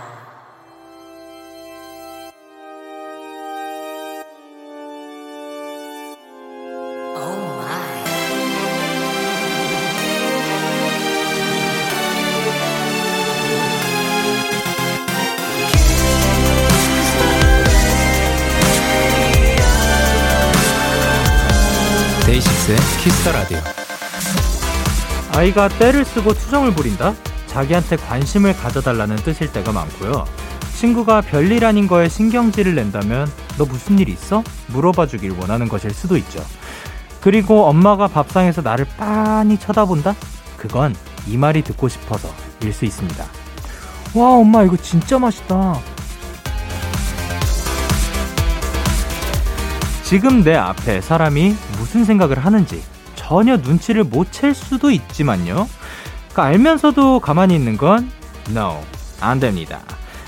와우. 오 Oh 마이. 데이식스의 키스터 라디오. 아이가 떼를 쓰고 투정을 부린다? 자기한테 관심을 가져달라는 뜻일 때가 많고요. 친구가 별일 아닌 거에 신경질을 낸다면 너 무슨 일 있어? 물어봐 주길 원하는 것일 수도 있죠. 그리고 엄마가 밥상에서 나를 빤히 쳐다본다? 그건 이 말이 듣고 싶어서 일 수 있습니다. 와, 엄마 이거 진짜 맛있다. 지금 내 앞에 사람이 무슨 생각을 하는지 전혀 눈치를 못 챌 수도 있지만요. 그러니까 알면서도 가만히 있는 건 no, 안 됩니다.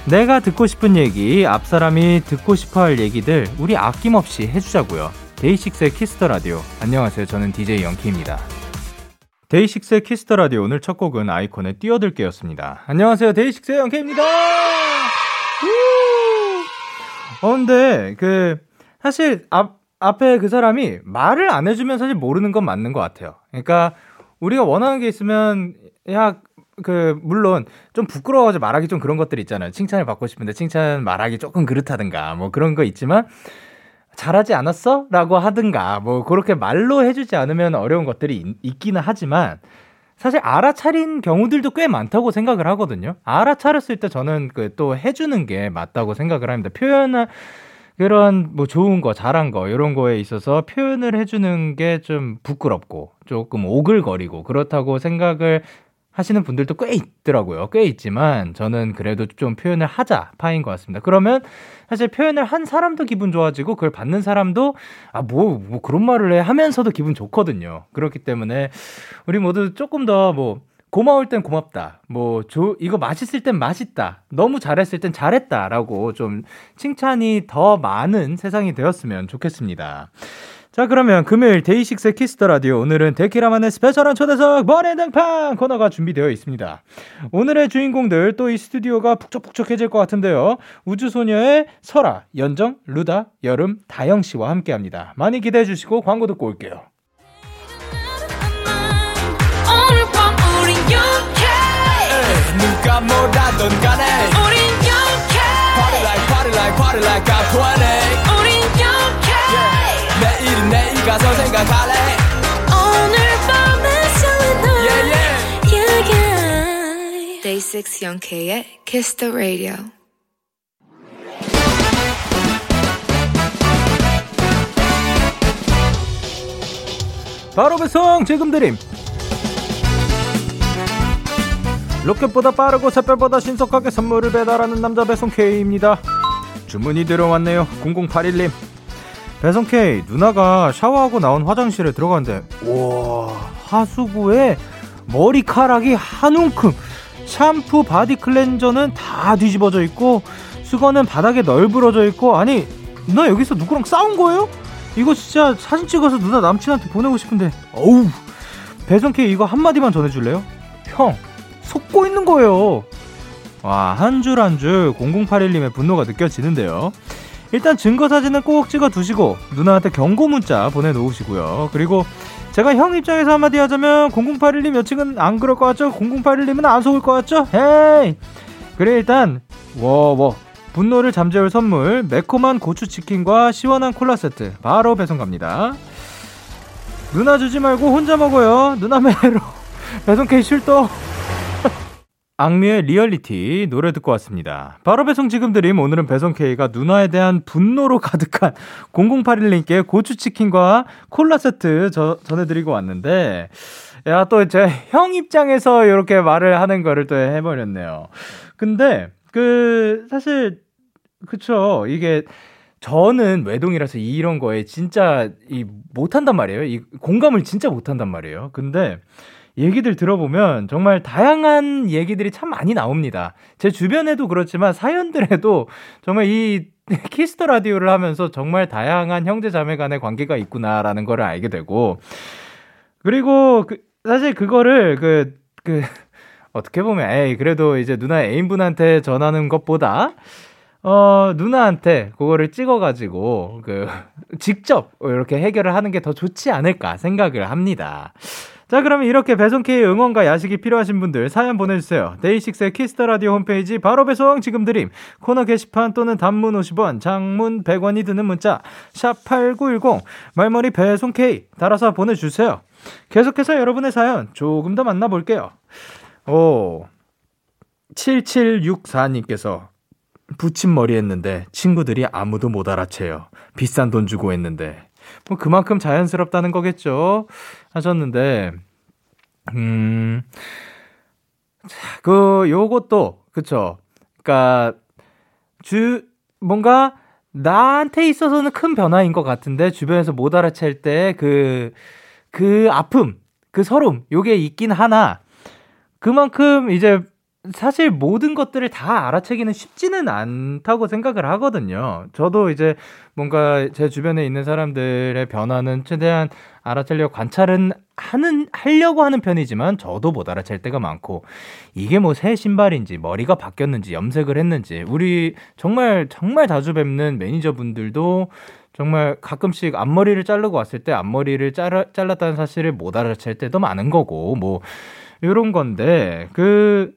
내가 듣고 싶은 얘기, 앞 사람이 듣고 싶어 할 얘기들 우리 아낌없이 해주자고요. 데이식스의 키스터 라디오. 안녕하세요. 저는 DJ 영키입니다. 데이식스의 키스터 라디오 오늘 첫 곡은 아이콘의 뛰어들게였습니다. 안녕하세요. 데이식스의 영키입니다. 우! 어, 근데 그 사실 앞 앞에 그 사람이 말을 안 해주면 사실 모르는 건 맞는 것 같아요. 그러니까 우리가 원하는 게 있으면 야 그 물론 좀 부끄러워서 말하기 좀 그런 것들 있잖아요. 칭찬을 받고 싶은데 칭찬 말하기 조금 그렇다든가 뭐 그런 거 있지만 잘하지 않았어라고 하든가 뭐 그렇게 말로 해주지 않으면 어려운 것들이 있, 있기는 하지만 사실 알아차린 경우들도 꽤 많다고 생각을 하거든요. 알아차렸을 때 저는 그 또 해주는 게 맞다고 생각을 합니다. 표현을 그런 뭐 좋은 거, 잘한 거 이런 거에 있어서 표현을 해주는 게 좀 부끄럽고 조금 오글거리고 그렇다고 생각을 하시는 분들도 꽤 있더라고요. 꽤 있지만 저는 그래도 좀 표현을 하자 파인 것 같습니다. 그러면 사실 표현을 한 사람도 기분 좋아지고 그걸 받는 사람도 아 뭐 뭐 그런 말을 해 하면서도 기분 좋거든요. 그렇기 때문에 우리 모두 조금 더 뭐 고마울 땐 고맙다. 뭐, 조, 이거 맛있을 땐 맛있다. 너무 잘했을 땐 잘했다. 라고 좀 칭찬이 더 많은 세상이 되었으면 좋겠습니다. 자, 그러면 금요일 데이식스의 키스터 라디오. 오늘은 데키라만의 스페셜한 초대석 머리등판 코너가 준비되어 있습니다. 오늘의 주인공들 또 이 스튜디오가 북적북적해질 것 같은데요. 우주소녀의 설아, 연정, 루다, 여름, 다영씨와 함께 합니다. 많이 기대해 주시고 광고 듣고 올게요. 오늘 밤 우린 영케 누가 뭐라던 간에 우린 영케 Party like party like party like I'm 20 우린 영케 내일은 내일 가서 생각할래 오늘 밤에 설레는 Yeah yeah yeah Day 6 Young K의 Kiss the Radio. 바로 배송 지금 드림 로켓보다 빠르고 샛별보다 신속하게 선물을 배달하는 남자 배송 K입니다 주문이 들어왔네요 0081님 배송 K 누나가 샤워하고 나온 화장실에 들어갔는데 와 하수구에 머리카락이 한 움큼 샴푸 바디 클렌저는 다 뒤집어져 있고 수건은 바닥에 널브러져 있고 아니 누나 여기서 누구랑 싸운 거예요? 이거 진짜 사진 찍어서 누나 남친한테 보내고 싶은데 어우 배송 K 이거 한마디만 전해줄래요? 형 속고 있는 거예요 와 한 줄 한 줄 0081님의 분노가 느껴지는데요 일단 증거 사진은 꼭 찍어 두시고 누나한테 경고 문자 보내놓으시고요 그리고 제가 형 입장에서 한마디 하자면 0081님 여친은 안 그럴 것 같죠? 0081님은 안 속을 것 같죠? 헤이 그래 일단 워워 분노를 잠재울 선물 매콤한 고추치킨과 시원한 콜라 세트 바로 배송 갑니다 누나 주지 말고 혼자 먹어요 누나 매로 배송 케이 실도 악뮤의 리얼리티 노래 듣고 왔습니다. 바로 배송 지금 드림 오늘은 배송 K가 누나에 대한 분노로 가득한 0081님께 고추치킨과 콜라 세트 저- 전해드리고 왔는데 야 또 제 형 입장에서 이렇게 말을 하는 거를 또 해버렸네요. 근데 그 사실 그쵸 이게 저는 외동이라서 이런 거에 진짜 이 못한단 말이에요. 이 공감을 진짜 못한단 말이에요. 근데 얘기들 들어보면 정말 다양한 얘기들이 참 많이 나옵니다. 제 주변에도 그렇지만 사연들에도 정말 이 키스터 라디오를 하면서 정말 다양한 형제 자매 간의 관계가 있구나라는 걸 알게 되고 그리고 그 사실 그거를 그 그 어떻게 보면 에이 그래도 이제 누나 애인분한테 전하는 것보다 어 누나한테 그거를 찍어가지고 그 직접 이렇게 해결을 하는 게 더 좋지 않을까 생각을 합니다. 자 그러면 이렇게 배송K의 응원과 야식이 필요하신 분들 사연 보내주세요. 데이식스의 키스터라디오 홈페이지 바로 배송 지금 드림 코너 게시판 또는 단문 50원 장문 100원이 드는 문자 샵8910 말머리 배송K 달아서 보내주세요. 계속해서 여러분의 사연 조금 더 만나볼게요. 오 7764님께서 붙임머리 했는데 친구들이 아무도 못 알아채요. 비싼 돈 주고 했는데 뭐 그만큼 자연스럽다는 거겠죠 하셨는데 음그 그, 요것도 그쵸 그러니까 주 뭔가 나한테 있어서는 큰 변화인 것 같은데 주변에서 못 알아챌 때 그 그 아픔 그 서름 요게 있긴 하나 그만큼 이제 사실 모든 것들을 다 알아채기는 쉽지는 않다고 생각을 하거든요. 저도 이제 뭔가 제 주변에 있는 사람들의 변화는 최대한 알아채려고 관찰은 하는 하려고 하는 편이지만 저도 못 알아챌 때가 많고 이게 뭐 새 신발인지 머리가 바뀌었는지 염색을 했는지 우리 정말 정말 자주 뵙는 매니저분들도 정말 가끔씩 앞머리를 자르고 왔을 때 앞머리를 잘라, 잘랐다는 사실을 못 알아챌 때도 많은 거고 뭐 요런 건데 그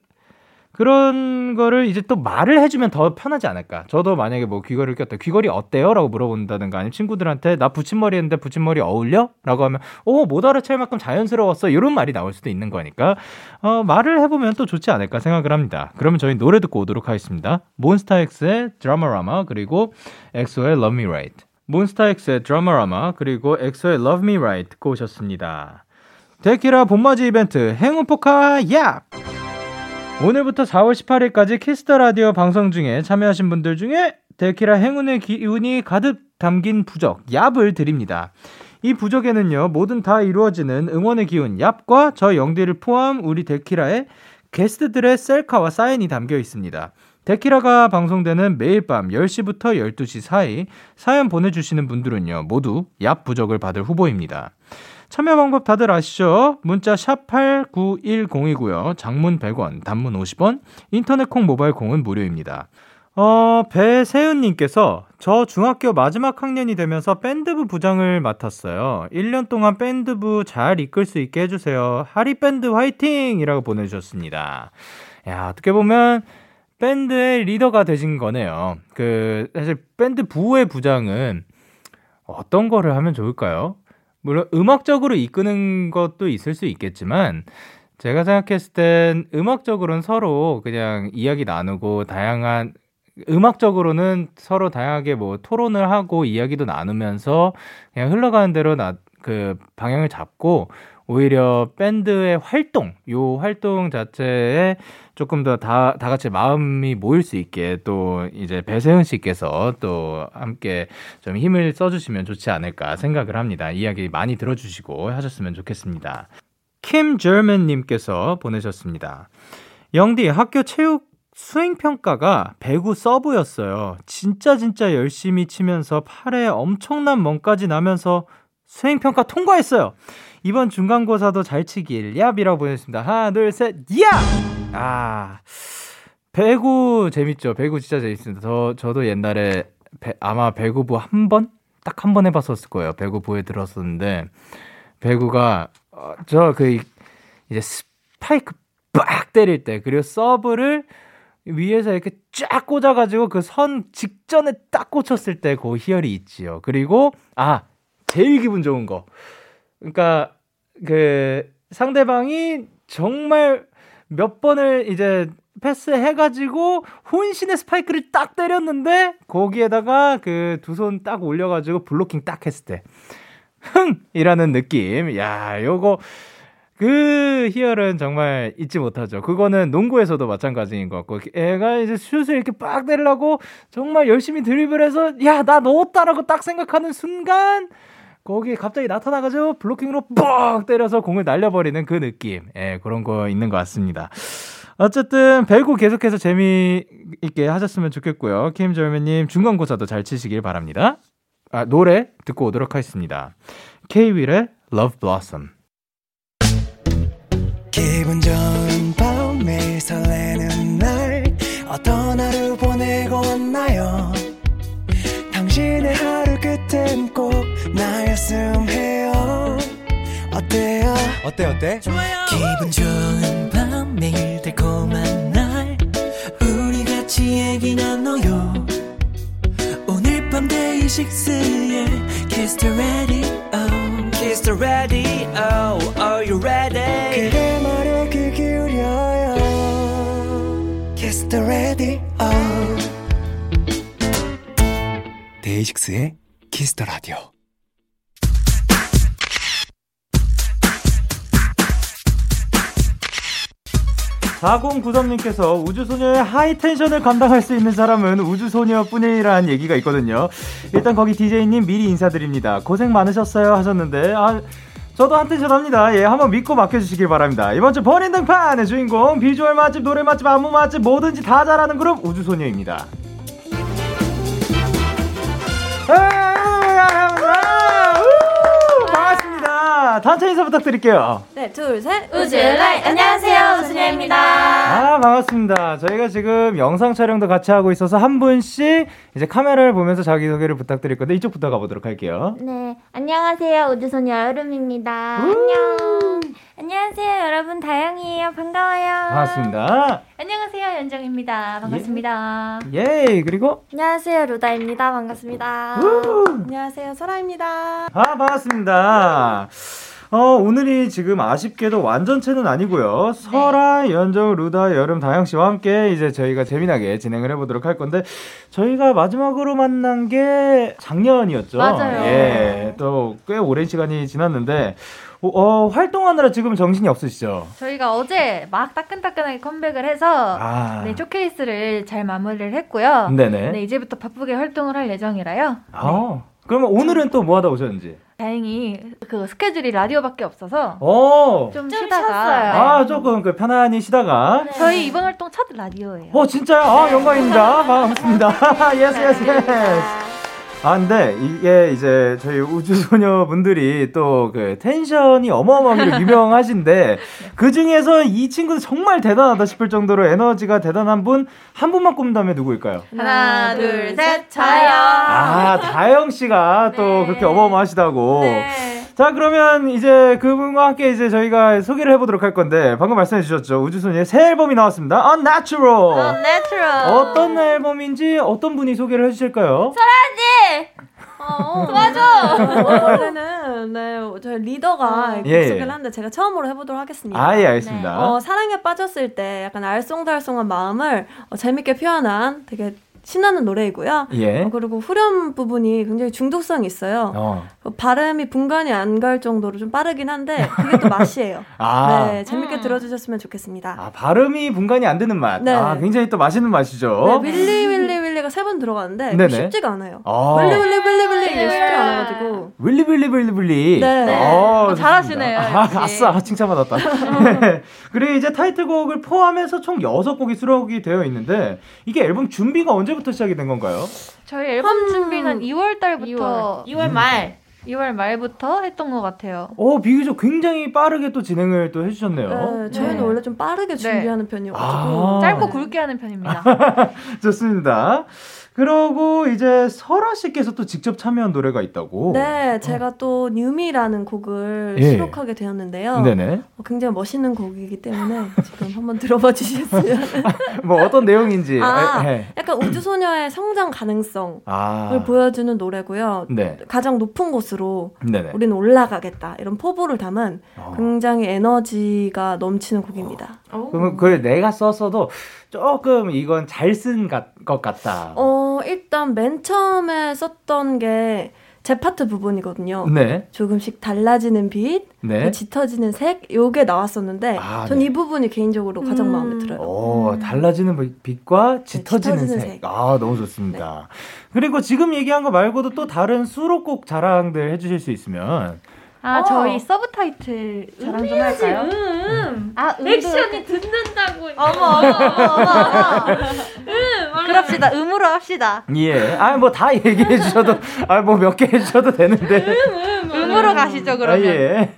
그런 거를 이제 또 말을 해주면 더 편하지 않을까. 저도 만약에 뭐 귀걸이를 꼈다. 귀걸이 어때요? 라고 물어본다든가 아니면 친구들한테 나 붙임머리 했는데 붙임머리 어울려? 라고 하면 오, 못 알아챌 만큼 자연스러웠어. 이런 말이 나올 수도 있는 거니까 어, 말을 해보면 또 좋지 않을까 생각을 합니다. 그러면 저희 노래 듣고 오도록 하겠습니다. 몬스타엑스의 드라마라마 그리고 엑소의 Love Me Right. 몬스타엑스의 드라마라마 그리고 엑소의 Love Me Right 듣고 오셨습니다. 데키라 봄맞이 이벤트 행운포카 얍! 오늘부터 4월 18일까지 키스터 라디오 방송 중에 참여하신 분들 중에 데키라 행운의 기운이 가득 담긴 부적 얍을 드립니다. 이 부적에는요 모든 다 이루어지는 응원의 기운 얍과 저 영디를 포함 우리 데키라의 게스트들의 셀카와 사인이 담겨 있습니다. 데키라가 방송되는 매일 밤 10시부터 12시 사이 사연 보내주시는 분들은요 모두 얍 부적을 받을 후보입니다. 참여 방법 다들 아시죠? 문자 샵8910이고요. 장문 100원, 단문 50원, 인터넷 콩 모바일 콩은 무료입니다. 어, 배세은 님께서 저 중학교 마지막 학년이 되면서 밴드부 부장을 맡았어요. 1년 동안 밴드부 잘 이끌 수 있게 해 주세요. 하리 밴드 화이팅이라고 보내 주셨습니다. 야, 어떻게 보면 밴드의 리더가 되신 거네요. 그 사실 밴드 부의 부장은 어떤 거를 하면 좋을까요? 물론 음악적으로 이끄는 것도 있을 수 있겠지만 제가 생각했을 땐 음악적으로는 서로 그냥 이야기 나누고 다양한 음악적으로는 서로 다양하게 뭐 토론을 하고 이야기도 나누면서 그냥 흘러가는 대로 나 그 방향을 잡고 오히려 밴드의 활동, 요 활동 자체에 조금 더 다, 다 같이 마음이 모일 수 있게 또 이제 배세훈 씨께서 또 함께 좀 힘을 써주시면 좋지 않을까 생각을 합니다. 이야기 많이 들어주시고 하셨으면 좋겠습니다. 킴 저먼님께서 보내셨습니다. 영디 학교 체육 수행평가가 배구 서브였어요. 진짜 진짜 열심히 치면서 팔에 엄청난 멍까지 나면서 수행평가 통과했어요. 이번 중간고사도 잘 치길 얍이라고 보냈습니다. 하나 둘셋 얍! 아 배구 재밌죠. 배구 진짜 재밌습니다. 저 저도 옛날에 배- 아마 배구부 한 번 딱 한 번 해봤었을 거예요. 배구부에 들었었는데 배구가 어, 저그 이제 스파이크 빡 때릴 때 그리고 서브를 위에서 이렇게 쫙 꽂아가지고 그 선 직전에 딱 꽂혔을 때 그 희열이 있지요. 그리고 아 제일 기분 좋은 거 그러니까 그 상대방이 정말 몇 번을 이제 패스해가지고 혼신의 스파이크를 딱 때렸는데 거기에다가 그 두 손 딱 올려가지고 블로킹 딱 했을 때 흥이라는 느낌. 야, 요거 그 희열은 정말 잊지 못하죠. 그거는 농구에서도 마찬가지인 것 같고 애가 이제 슛을 이렇게 빡 때리려고 정말 열심히 드리블해서 야, 나 넣었다라고 딱 생각하는 순간 거기에 갑자기 나타나가지고 블로킹으로 뻑 때려서 공을 날려버리는 그 느낌. 예, 그런 거 있는 것 같습니다. 어쨌든 배구 계속해서 재미있게 하셨으면 좋겠고요. 김절매님 중간고사도 잘 치시길 바랍니다. 아, 노래 듣고 오도록 하겠습니다. 케이윌의 Love Blossom. 기분 좋은 밤 매일매일 설레는 날 어떤 하루 보내고 왔나요 당신의 하루 끝엔 꼭 나였음 해요 어때요 어때 어때 기분 좋은 밤 매일 달콤한 날 우리 같이 얘기 나눠요 오늘 밤 데이식스의 Kiss the Radio Kiss the Radio Are you ready 그대 말에 귀 기울여요 Kiss the Radio 데이식스의 Kiss the Radio 사0 9 3님께서 우주소녀의 하이텐션을 감당할 수 있는 사람은 우주소녀뿐이라는 얘기가 있거든요. 일단 거기 DJ님 미리 인사드립니다. 고생 많으셨어요 하셨는데 아, 저도 하이텐션 합니다. 예, 한번 믿고 맡겨주시길 바랍니다. 이번 주 본인 등판의 주인공 비주얼 맛집, 노래 맛집, 안무 맛집 뭐든지 다 잘하는 그룹 우주소녀입니다. 반갑습니다. 단체 인사 부탁드릴게요. 네, 둘, 셋. 우주라이 안녕하세요 우주녀입니다 아 반갑습니다. 저희가 지금 영상 촬영도 같이 하고 있어서 한 분씩 이제 카메라를 보면서 자기 소개를 부탁드릴 건데 이쪽부터 가보도록 할게요. 네, 안녕하세요. 우주소녀 여름입니다. 안녕. 안녕하세요, 여러분. 다영이에요. 반가워요. 반갑습니다. 안녕하세요, 연정입니다. 반갑습니다. 예 그리고 안녕하세요, 루다입니다. 반갑습니다. 안녕하세요, 소라입니다. 아 반갑습니다. 어 오늘이 지금 아쉽게도 완전체는 아니고요. 네. 설아, 연정, 루다, 여름, 다영 씨와 함께 이제 저희가 재미나게 진행을 해보도록 할 건데 저희가 마지막으로 만난 게 작년이었죠. 맞아요. 예, 또 꽤 오랜 시간이 지났는데 어, 어, 활동하느라 지금 정신이 없으시죠? 저희가 어제 막 따끈따끈하게 컴백을 해서 아. 네, 쇼케이스를 잘 마무리를 했고요. 네네. 네, 이제부터 바쁘게 활동을 할 예정이라요. 아, 그러면 오늘은 또 뭐 하다 오셨는지? 다행히 그 스케줄이 라디오밖에 없어서 어. 좀, 네. 좀 쉬다가 쉬었어요. 네. 아, 조금 그 편안히 쉬다가. 저희 이번 활동 첫 라디오예요. 어, 진짜요? 아, 영광입니다. 반갑습니다. 예스, 예스, 예스. 아, 근데 이게 이제 저희 우주소녀분들이 또 그 텐션이 어마어마하게 유명하신데 그 중에서 이 친구는 정말 대단하다 싶을 정도로 에너지가 대단한 분, 한 분만 꼽는다면 누구일까요? 하나, 둘, 셋, 저요. 아, 네. 다영씨가 또 그렇게 어마어마하시다고. 네. 자 그러면 이제 그분과 함께 이제 저희가 소개를 해보도록 할 건데 방금 말씀해 주셨죠 우주소녀의 새 앨범이 나왔습니다 Unnatural 내추럴. 어. 어떤 앨범인지 어떤 분이 소개를 해주실까요? 아, 어, 원래는 네, 저희 리더가 예, 예. 곡소개를 하는데 제가 처음으로 해보도록 하겠습니다. 아예 알겠습니다 어, 사랑에 빠졌을 때 약간 알쏭달쏭한 마음을 어, 재밌게 표현한 되게 신나는 노래이고요. 예. 어, 그리고 후렴 부분이 굉장히 중독성이 있어요. 어. 어, 발음이 분간이 안 갈 정도로 좀 빠르긴 한데 그게 또 맛이에요. 아. 네, 재밌게 들어주셨으면 좋겠습니다. 아 발음이 분간이 안 되는 맛 네. 아, 굉장히 또 맛있는 맛이죠 네, 윌리 윌리 윌리가 세 번 들어가는데 어? 네네. 쉽지가 않아요. 아. 윌리 윌리 윌리 윌리 이게 쉽지가 않아가지고 윌리 빌리 빌리 빌리 네. 네. 어, 어, 잘하시네요, 좋습니다. 아, 역시. 아싸 칭찬받았다 네. 그리고 이제 타이틀곡을 포함해서 총 6곡이 수록이 되어 있는데 이게 앨범 준비가 언제부터 시작이 된 건가요? 저희 앨범 음. 준비는 2월 달부터 2월. 음. 2월 말 2월 말부터 했던 것 같아요. 어 비교적 굉장히 빠르게 또 진행을 또 해주셨네요. 네, 저희는 네. 원래 좀 빠르게 준비하는 편이어가지고 그렇죠. 아, 짧고 굵게 하는 편입니다. 좋습니다. 그러고 이제 설아 씨께서 또 직접 참여한 노래가 있다고. 네, 제가 또 뉴미라는 곡을 어. 예. 수록하게 되었는데요. 네네. 어, 굉장히 멋있는 곡이기 때문에 지금 한번 들어봐 주셨으면. 뭐 어떤 내용인지. 아, 에, 에. 약간 우주소녀의 성장 가능성을 아. 보여주는 노래고요. 네. 가장 높은 곳으로 네네. 우리는 그- 올라가겠다 이런 포부를 담은 어. 굉장히 에너지가 넘치는 곡입니다. 아. 그러면 그걸 내가 썼어도 조금 이건 잘 쓴 것 같다. 어, 일단 맨 처음에 썼던 게 제 파트 부분이거든요. 네. 조금씩 달라지는 빛, 네. 그 짙어지는 색, 요게 나왔었는데, 아, 전 네. 이 부분이 개인적으로 가장 마음에 들어요. 오, 달라지는 빛- 빛과 짙어지는, 네, 짙어지는 색. 색. 아, 너무 좋습니다. 그리고 지금 얘기한 거 말고도 또 다른 수록곡 자랑들 해주실 수 있으면. 아 어. 저희 서브 타이틀 자랑 좀 할까요? 음. 음. 아 액션이 듣는다고 어머 어머 어머 어머. 음, 그럽시다. 음으로 합시다. 예. 아, 뭐 다 얘기해 주셔도, 아, 뭐 몇 개 해주셔도 되는데. 음, 음으로 가시죠 그러면. 아, 예.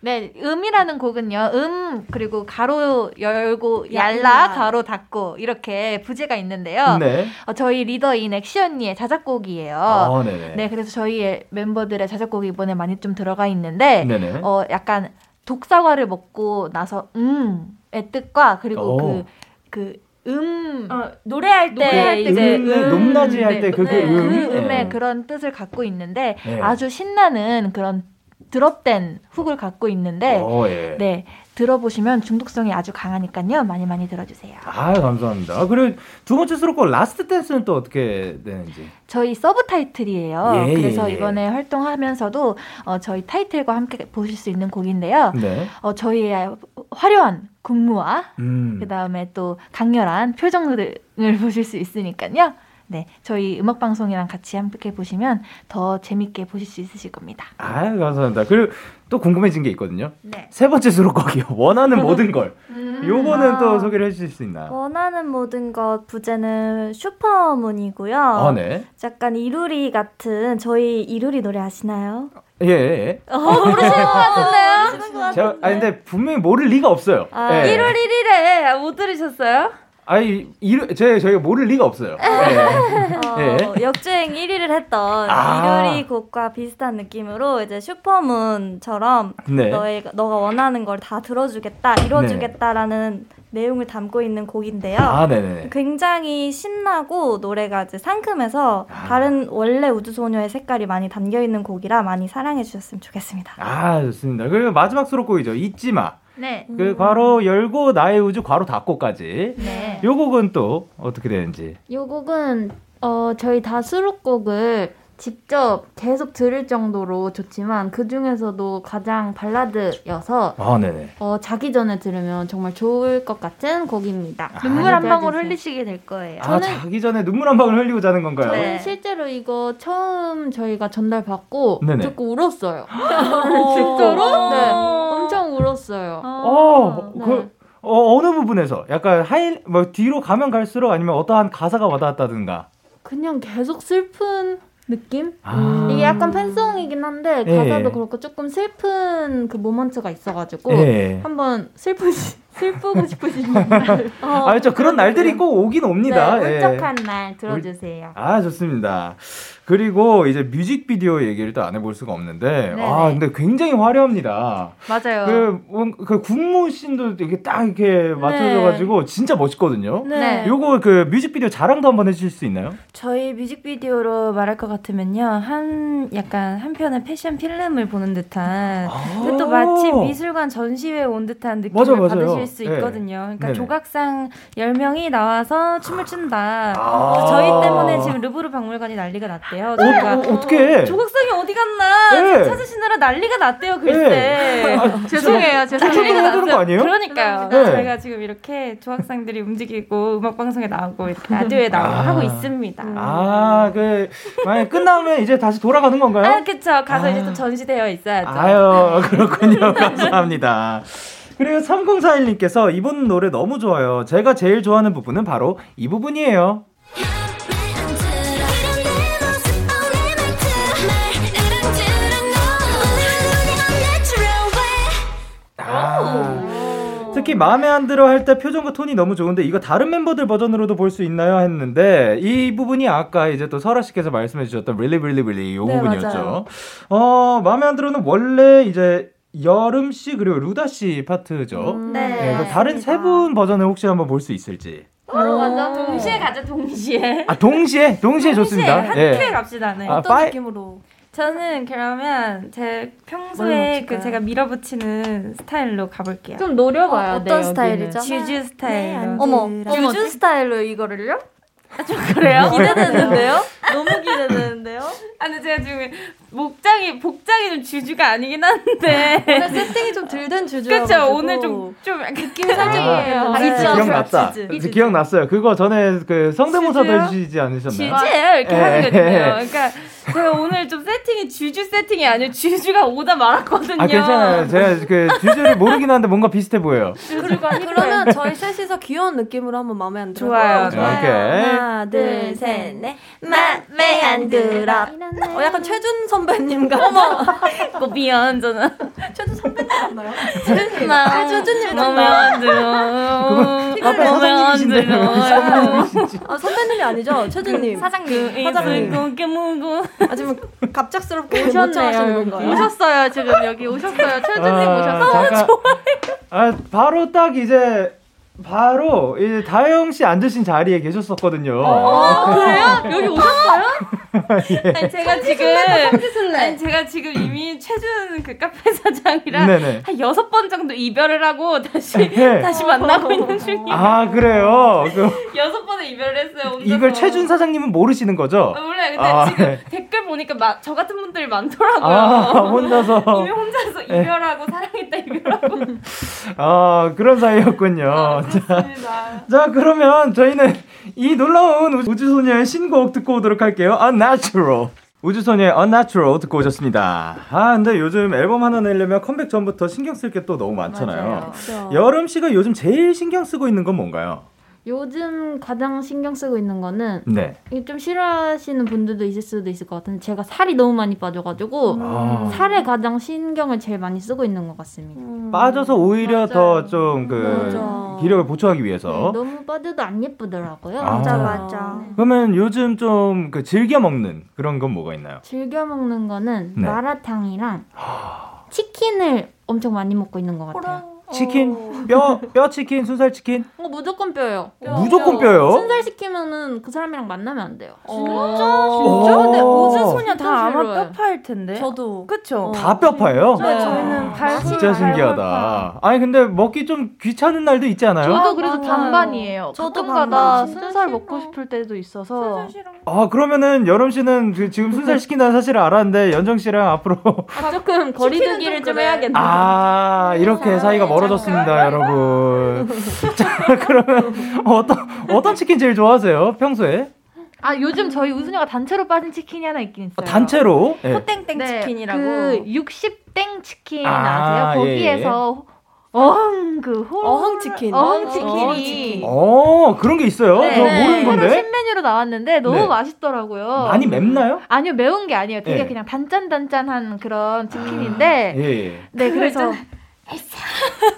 네, 음이라는 곡은요. 음 그리고 가로 열고 얄라 가로 닫고 이렇게 부제가 있는데요. 네. 어, 저희 리더인 액시 언니의 자작곡이에요. 아, 네네. 네, 그래서 저희 멤버들의 자작곡이 이번에 많이 좀 들어가 있는데 네네. 어 약간 독사과를 먹고 나서 음의 뜻과 어. 그리고 그그음 어, 노래할 때, 노래할 때 이제 그 음의 음, 높낮이 할 네, 때 아, 네. 그- 그 네, 음. 그 음의 네. 그런 뜻을 갖고 있는데 네. 아주 신나는 그런 드롭된 훅을 갖고 있는데 어, 예. 네 들어보시면 중독성이 아주 강하니까요 많이 많이 들어주세요. 아 감사합니다. 아, 그리고 두 번째 수록곡 라스트 댄스는 또 어떻게 되는지. 저희 서브 타이틀이에요. 예, 그래서 예, 예. 이번에 활동하면서도 어, 저희 타이틀과 함께 보실 수 있는 곡인데요. 네. 어, 저희의 화려한 군무와 음. 그 다음에 또 강렬한 표정들을 보실 수 있으니까요. 네, 저희 음악 방송이랑 같이 함께 보시면 더 재밌게 보실 수 있으실 겁니다. 아유 감사합니다. 그리고 또 궁금해진 게 있거든요. 네. 세 번째 수록곡이요. 원하는 모든 걸. 요거는 아. 또 소개를 해주실 수 있나요? 원하는 모든 것 부제는 슈퍼문이고요. 아 네. 약간 이루리 같은 저희 이루리 노래 아시나요? 예. 예. 어, 모르시는 것 같은데요? 제가 아 근데 분명히 모를 리가 없어요. 예. 아, 1월 1일에 못 들으셨어요? 아니 이르 제 저희가 모를 리가 없어요. 예. 어, 역주행 1위를 했던 아. 이루리 곡과 비슷한 느낌으로 이제 슈퍼문처럼 네. 너의, 너가 원하는 걸 다 들어주겠다, 이뤄주겠다라는 내용을 담고 있는 곡인데요. 네. 아 네네. 굉장히 신나고 노래가 이제 상큼해서 아. 다른 원래 우주소녀의 색깔이 많이 담겨 있는 곡이라 많이 사랑해 주셨으면 좋겠습니다. 아 좋습니다. 그리고 마지막 수록곡이죠. 잊지 마. 네. 그 음. 괄호 열고 나의 우주 괄호 닫고까지. 네. 요 곡은 또 어떻게 되는지. 요 곡은 어, 저희 다 수록곡을 직접 계속 들을 정도로 좋지만 그 중에서도 가장 발라드여서 아 네네. 어, 자기 전에 들으면 정말 좋을 것 같은 곡입니다. 눈물 한 방울 흘리. 흘리시게 될 거예요. 아 자기 전에 눈물 한 방울 흘리고 자는 건가요? 저는 네, 실제로 이거 처음 저희가 전달받고 네네. 어. 듣고 울었어요. 진짜로? 네, 엄청 울었어요. 어, 네. 그, 어, 어느 부분에서? 약간 하이, 뭐, 뒤로 가면 갈수록 아니면 어떠한 가사가 와닿았다든가. 그냥 계속 슬픈 느낌? 아. 이게 약간 팬송이긴 한데 예. 가사도 그렇고 조금 슬픈 그 모먼트가 있어가지고 예. 한번 슬프시 슬프고 싶으신 날 아, 그렇죠. 그런 날들이 꼭 오긴 옵니다. 네, 예. 울적한 날 들어주세요. 아, 좋습니다. 그리고 이제 뮤직비디오 얘기를 또 안 해볼 수가 없는데, 네, 아, 근데 굉장히 화려합니다. 맞아요. 그, 뭔- 그 군무 씬도 이렇게 딱 이렇게 맞춰져가지고 진짜 멋있거든요. 네. 요거 그 뮤직비디오 자랑도 한번 해주실 수 있나요? 저희 뮤직비디오로 말할 것 같으면요 한 약간 한편의 패션 필름을 보는 듯한 근데 또 아, 마침 미술관 전시회 에온 듯한 느낌을 맞아, 맞아요. 받으실 수 네. 있거든요 그러니까 네네. 조각상 10명이 나와서 춤을 춘다 아. 그래서 저희 때문에 지금 르브르 박물관이 난리가 났대요 어, 저희가 어, 어떡해. 조각상이 어디 갔나 네. 찾으시느라 난리가 났대요 글쎄 네. 아, 진짜. 죄송해요 죄송해요 그 정도면 해야 되는 거 아니에요? 그러니까요 죄송합니다. 네. 저희가 지금 이렇게 조각상들이 움직이고 음악 방송에 나오고 이렇게 라디오에 나오고 아. 하고 있습니다. 아, 그, 만약에 끝나면 이제 다시 돌아가는 건가요? 아, 그쵸. 가서 이제 또 전시되어 있어야죠. 어? 아유, 그렇군요. 감사합니다. 그리고 3041님께서 이번 노래 너무 좋아요. 제가 제일 좋아하는 부분은 바로 이 부분이에요. 아, 특히 마음에 안 들어 할 때 표정과 톤이 너무 좋은데 이거 다른 멤버들 버전으로도 볼 수 있나요? 했는데 이 부분이 아까 이제 또 설아 씨께서 말씀해 주셨던 릴리 릴리 릴리 네, 이 부분이었죠. 맞아요. 어, 마음에 안 들어는 원래 이제 여름 씨 그리고 루다 씨 파트죠. 예, 네, 그래서 다른 세 분 버전을 혹시 한번 볼 수 있을지. 맞아. 동시에 가자, 동시에. 아 동시에 동시에 좋습니다. 함께 갑시다. 네. 아, 파이- 느낌으로? 저는 그러면 제 뭘로 평소에 그 칠까요? 제가 밀어붙이는 스타일로 가볼게요. 좀 노려봐야 어, 돼요, 여기는. 주주 스타일. 네, 로 안 어머, 어머, 주주 스타일로 이거를요? 그래요? 기대되는데요? 너무 기대되는데요? 아, 근데 제가 지금 목장이, 복장이 좀 주주가 아니긴 한데. 오늘 세팅이 좀 들된 주주여가지고. 그쵸, 오늘 좀, 좀 느낌 아, 살짝이에요. 이제 기억났다. 이제 기억났어요. 그거 전에 그 성대모사도 치즈요? 해주시지 않으셨나요? 진지해요 이렇게 예. 하거든요. 그러니까 제가 오늘 좀 세팅이 주주 세팅이 아니에요. 주주가 오다 말았거든요. 아 괜찮아요. 제가 그 주제를 모르긴 하는데 뭔가 비슷해 보여요. 그러니까 그러면 저희 셋이서 귀여운 느낌으로 한번 마음에 안 들어요. 좋아요, 네. 좋아요. 오케이. 하나, 둘, 셋, 넷. 맘에 안 들어. 어, 약간 최준 선배님 같아. 뭐 미안 저는 최준 선배님 같나요? 나 최준님 마음에 안 들어. 마음에 안 들어. 아, 선배님이 아니죠? 최준님. 사장님. 사장님. 그게 뭐고. 아, 지금 갑작스럽게 오셨네요, 요청하시는 건가요? 여기. 오셨어요, 지금 여기 오셨어요. 최준님 아, 오셨어요. 잠깐. 아 바로 딱 이제 바로 이제 다영 씨 앉으신 자리에 계셨었거든요. 어, 그래요? 아, 여기 오셨어요? 예. 아니 제가 삼지 지금 술래다, 삼지 술래. 아니 제가 지금 이미 최준 그 카페 사장이랑 네네. 한 여섯 번 정도 이별을 하고 다시 네. 다시 만나고 있는 중이에요. 아 그래요. 그, 여섯 번의 이별을 했어요. 혼자서. 이걸 최준 사장님은 모르시는 거죠? 아, 몰라요. 근데 아, 지금 네. 댓글 보니까 막, 저 같은 분들이 많더라고요. 아, 혼자서. 이미 혼자서 네. 이별하고 사랑했다 이별하고. 아 그런 사이였군요. 아, 자, 자 그러면 저희는 이 놀라운 우- 우주소녀의 신곡 듣고 오도록 할게요. Unnatural. 우주소녀의 Unnatural 듣고 오셨습니다. 아 근데 요즘 앨범 하나 내려면 컴백 전부터 신경 쓸 게 또 너무 많잖아요. 여름 씨가 요즘 제일 신경 쓰고 있는 건 뭔가요? 요즘 가장 신경 쓰고 있는 거는 네. 이게 좀 싫어하시는 분들도 있을 수도 있을 것 같은데 제가 살이 너무 많이 빠져가지고 아. 살에 가장 신경을 제일 많이 쓰고 있는 것 같습니다. 음. 빠져서 오히려 더 좀 그 기력을 보충하기 위해서. 네, 너무 빠져도 안 예쁘더라고요. 네. 아. 맞아, 맞아. 그러면 요즘 좀 그 즐겨 먹는 그런 건 뭐가 있나요? 즐겨 먹는 거는 네. 아. 마라탕이랑 치킨을 엄청 많이 먹고 있는 것 같아요. 치킨 뼈 뼈 치킨 순살 치킨 어, 무조건 뼈요. 어. 무조건 뼈요? 순살 시키면은 그 사람이랑 만나면 안 돼요. 진짜? 진짜? 근데 우주소녀 다 아마 뼈파일 텐데. 저도. 어. 그쵸? 다 뼈파예요? 네, 아, 저희는 발 아, 진짜 신기하다. 아니 근데 먹기 좀 귀찮은 날도 있지 않아요? 저도 그래서 맞아요. 반반이에요. 저도 가끔가다 반반. 순살 먹고 싶을 때도 있어서 아 그러면은 여름 씨는 그 지금 순살 시킨다는 사실을 알았는데 연정 씨랑 앞으로 조금 거리두기를 좀 해야겠네요. 아 이렇게 사이가 멀어졌습니다, 여러분. 자 그러면 어떤 어떤 치킨 제일 좋아하세요? 평소에 아 요즘 저희 우순이가 단체로 빠진 치킨이 하나 있긴 있어요. 아, 단체로? 예. 땡 치킨이라고. 그 60땡 치킨 아, 아세요? 예, 거기에서 어흥 그 홀, 어흥 치킨. 어흥 어, 치킨이 어 그런 게 있어요? 저 모르는 네. 새로 건데. 신메뉴로 나왔는데 너무 네. 맛있더라고요. 많이 맵나요? 아니요 매운 게 아니에요. 되게 예. 그냥 단짠단짠한 그런 치킨인데 예. 예. 네 그래서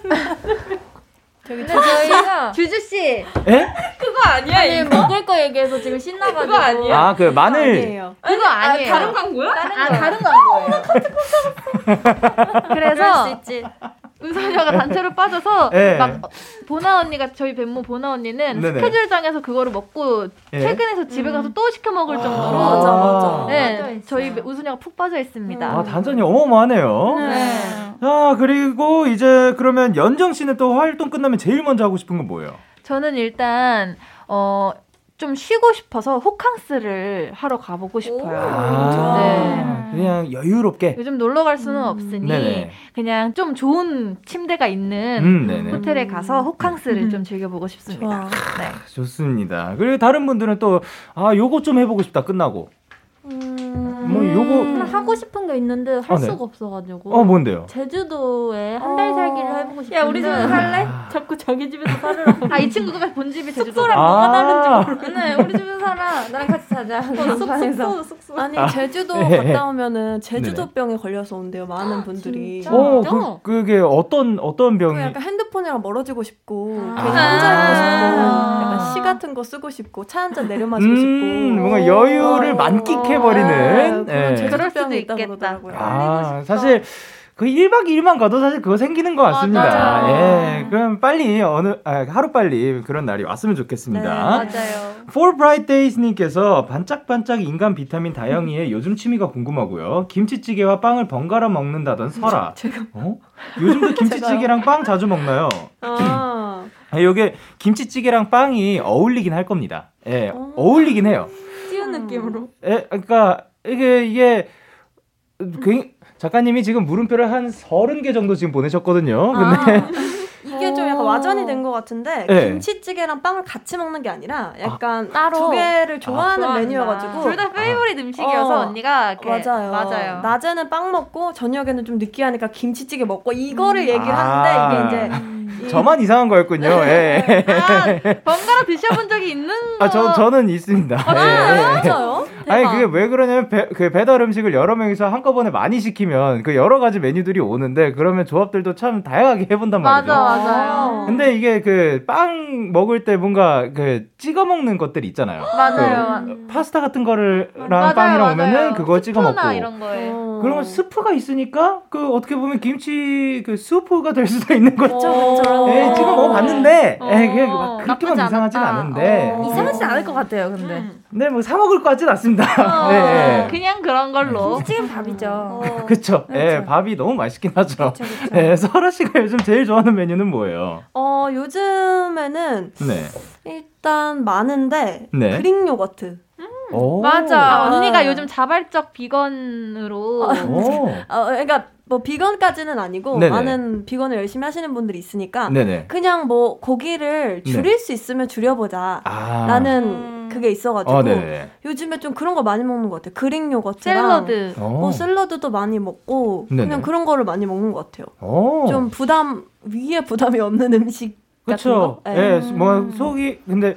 네, 근데 주주 씨. 저희가 주주 씨 예? 그거 아니야 아니, 이거? 먹을 거 얘기해서 지금 신나가지고 그거 아니야? 아, 그 마늘. 그거 아니에요. 다른 광고야? 아, 다른 광고예요. 그래서 그럴 수 있지. 우선이가 단체로 빠져서 예. 막 어, 보나 언니가 저희 뱀모 보나 언니는 네네. 스케줄장에서 그거를 먹고 예. 퇴근해서 집에 가서 또 시켜 먹을 정도로 맞아, 맞아. 네, 저희 우순이가 푹 빠져 있습니다. 아 단전이 어마어마하네요. 네. 자 그리고 이제 그러면 연정 씨는 또 활동 끝나면 제일 먼저 하고 싶은 건 뭐예요? 저는 일단 어. 좀 쉬고 싶어서 호캉스를 하러 가보고 싶어요. 네. 아, 그냥 여유롭게. 요즘 놀러 갈 수는 음. 없으니 네네. 그냥 좀 좋은 침대가 있는 음, 네네. 호텔에 가서 호캉스를 음. 좀 즐겨보고 싶습니다. 네. 좋습니다. 그리고 다른 분들은 또 아 요거 좀 해보고 싶다 끝나고. 뭐 요거 하고 싶은 게 있는데 할 아, 네. 수가 없어가지고. 어, 뭔데요? 제주도에 한 달 살기를 해보고 싶어. 야, 우리 음. 집에서 살래? 자꾸 저기 집에서 살으라고. 아, 이 친구가 본집이 제주도. 숙소랑 아. 뭐가 다른지 모르겠 네, 우리 집에서 살아. 나랑 같이 어, 자자. 숙소, 숙소. 아니 아, 제주도 예, 예. 갔다 오면은 제주도 병에 걸려서 온대요 아, 많은 분들이. 어, 그, 그게 어떤 어떤 병이? 약간 핸드폰이랑 멀어지고 싶고 괜히 아. 혼자 있고 싶고 약간 아. 시 같은 거 쓰고 싶고 차 한 잔 내려 마시고 아, 음, 뭔가 여유를 만끽해 버리는. 네. 예. 그럴 수도 있겠다. 아, 사실 그 1박 2일만 가도 사실 그거 생기는 것 같습니다. 맞아요. 예. 그럼 빨리 어느 아, 하루 빨리 그런 날이 왔으면 좋겠습니다. 네, 네, 맞아요. For Bright Days 님께서 반짝반짝 인간 비타민 다영이의 요즘 취미가 궁금하고요. 김치찌개와 빵을 번갈아 먹는다던 설아. 어? 요즘도 김치찌개랑 빵 자주 먹나요? 음. 아. 아, 요게 김치찌개랑 빵이 어울리긴 할 겁니다. 예. 어울리긴 해요. 띄운 느낌으로. 예, 그러니까 이게 이게 굉- 아. 네. 작가님이 지금 물음표를 한 30개 정도 지금 보내셨거든요. 근데 어. 어. 이게 좀 약간 와전이 된 것 같은데 네. 김치찌개랑 빵을 같이 먹는 게 아니라 약간 따로. 두 개를 좋아하는 좋아한다. 메뉴여가지고 둘다 페이보릿 음식이어서 언니가 이렇게- 맞아요. 맞아요. 낮에는 빵 먹고 저녁에는 좀 느끼하니까 김치찌개 먹고 이거를 얘기를 아. 하는데 이게 이제 음. 저만 이상한 거였군요. 예. 번갈아 드셔본 적이 있는 아, 어. 저, 저는 있습니다. 아, 예. 맞아요? 아니, 그게 왜 그러냐면, 배, 그 배달 음식을 여러 명이서 한꺼번에 많이 시키면, 그 여러 가지 메뉴들이 오는데, 그러면 조합들도 참 다양하게 해본단 말이죠. 맞아 맞아요. 근데 이게 그 빵 먹을 때 뭔가 그 찍어 먹는 것들이 있잖아요. 맞아요. 그 파스타 같은 거를랑 맞아요, 빵이랑 맞아요. 오면은 그거 찍어 먹고. 나 이런 거에. 그러면 스프가 있으니까 그 어떻게 보면 김치 그 수프가 될 수도 있는 거죠. 그쵸. 예, 찍어 먹어봤는데 어. 예, 그게 막 그렇게만 이상하진 않은데. 음. 이상하진 않을 것 같아요, 근데. 음. 네, 뭐 사 먹을 것 같진 어, 어. 않습니다. 네, 그냥 그런 어. 걸로. 지금 밥이죠. 그쵸. 예, 밥이 너무 맛있긴 하죠. 예, 설아 씨가 요즘 제일 좋아하는 메뉴는 뭐예요? 어 요즘에는 네. 일단 많은데 네. 그릭 요거트. 오. 맞아. 아, 언니가 아. 요즘 자발적 비건으로 오. 어, 그러니까 뭐 비건까지는 아니고 네네. 많은 비건을 열심히 하시는 분들이 있으니까 네네. 그냥 뭐 고기를 네. 줄일 수 있으면 줄여보자 아. 라는 음. 그게 있어가지고 어, 네네. 요즘에 좀 그런 거 많이 먹는 것 같아요. 그릭 요거트랑 샐러드. 뭐 어. 샐러드도 많이 먹고 네네. 어. 그냥 그런 거를 많이 먹는 것 같아요. 오. 좀 부담 위에 부담이 없는 음식 같은 그쵸. 거. 예, 뭐 속이 근데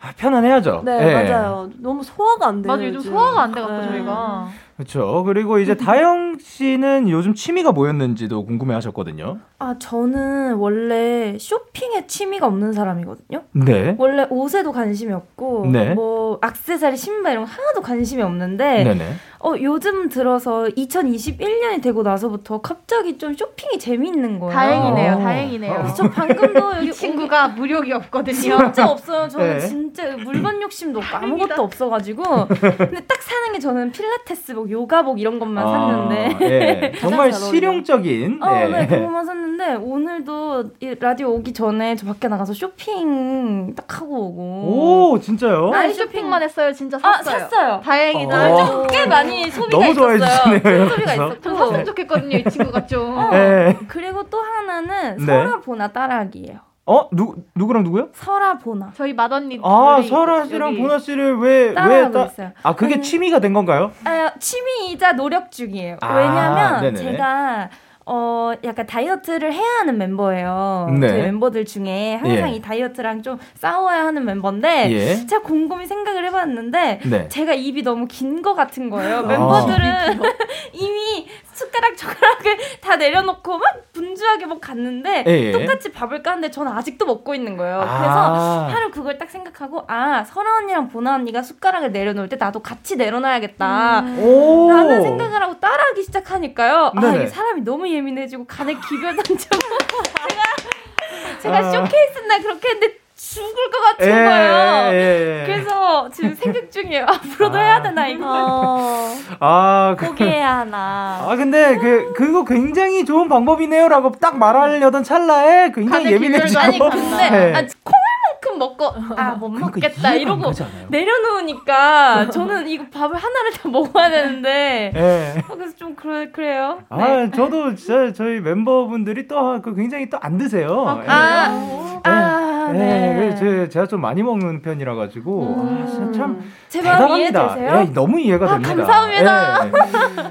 아, 편안해야죠. 네, 예. 맞아요. 너무 소화가 안 돼요. 네. 맞아, 요즘 소화가 안 돼갖고 저희가. 그렇죠. 그리고 이제 다영 씨는 요즘 취미가 뭐였는지도 궁금해하셨거든요. 아, 저는 원래 쇼핑에 취미가 없는 사람이거든요. 네. 원래 옷에도 관심이 없고 네. 뭐 액세서리, 신발 이런 거 하나도 관심이 없는데 네네. 어, 요즘 들어서 2021년이 되고 나서부터 갑자기 좀 쇼핑이 재미있는 거예요. 다행이네요, 어. 아. 다행이네요. 저 방금도 여기 친구가 무력이 없거든요. 진짜 없어요. 저는 네. 진짜 물건 욕심도 없고 아무것도 없어가지고 근데 딱 사는 게 저는 필라테스복, 뭐 요가복 이런 것만 아, 샀는데 예. 가장 정말 잘 어울려요. 실용적인. 어, 예. 네, 그거만 샀는데 오늘도 이 라디오 오기 전에 저 밖에 나가서 쇼핑 딱 하고 오고. 오, 진짜요? 나 아니 쇼핑만 했어요. 진짜 아, 샀어요. 샀어요. 다행이다. 어. 아, 좀 꽤 많이 소비가 너무 좋아해 있었어요. 주시네요, 큰 소비가 여기서. 있었고. 좀 샀으면 좋겠거든요. 이 친구가 좀. 어, 예. 그리고 또 하나는 네. 설아 보나 따라하기예요. 어, 누 누구랑 누구요? 설아 보나. 저희 맏언니. 아, 설아 씨랑 보나 씨를 왜 왜? 따라하고 따... 있어요. 네. 아, 그게 취미가 된 건가요? 아, 취미이자 노력 중이에요. 아, 왜냐면 네네네. 제가 어 약간 다이어트를 해야 하는 멤버예요. 네. 저희 멤버들 중에 항상 예. 이 다이어트랑 좀 싸워야 하는 멤버인데 예. 제가 곰곰이 생각을 해봤는데 네. 제가 입이 너무 긴 거 같은 거예요. 아. 멤버들은 이미 숟가락 젓가락을 다 내려놓고 막 분주하게 막 갔는데 예, 예. 똑같이 밥을 까는데 저는 아직도 먹고 있는 거예요. 아. 그래서 하루 그걸 딱 생각하고 아 설아 언니랑 보나 언니가 숟가락을 내려놓을 때 나도 같이 내려놔야겠다 음. 오. 라는 생각을 하고 따라하기 시작하니까요 아 네네. 이게 사람이 너무 예민해지고 간에 기별단정 제가 제가 아. 쇼케이스 날 그렇게 했는데 죽을 것 같은 예, 거예요 예, 예. 그래서 지금 생각 중이에요 앞으로도 해야 되나 이거 어. 아, 그- 어, 포기해야 하나 아 근데 그 그거 굉장히 좋은 방법이네요라고 딱 말하려던 찰나에 굉장히 예민해지고 아니 근데 네. 아, 콩알만큼 먹고 아 못 먹겠다 그러니까 이해가 안 이러고 가지 않아요? 내려놓으니까 저는 이거 밥을 하나를 다 먹어야 되는데 예. 어, 그래서 좀 그래, 그래요 네. 아 저도 진짜 저희 멤버분들이 또 그 굉장히 또 안 드세요. 예. 아, 아, 예, 네. 음. 그래서 제, 제가 좀 많이 먹는 편이라 가지고 아, 진짜 참 제 마음 대단합니다. 이해되세요? 아, 예, 너무 이해가 됩니다. 감사합니다. 예.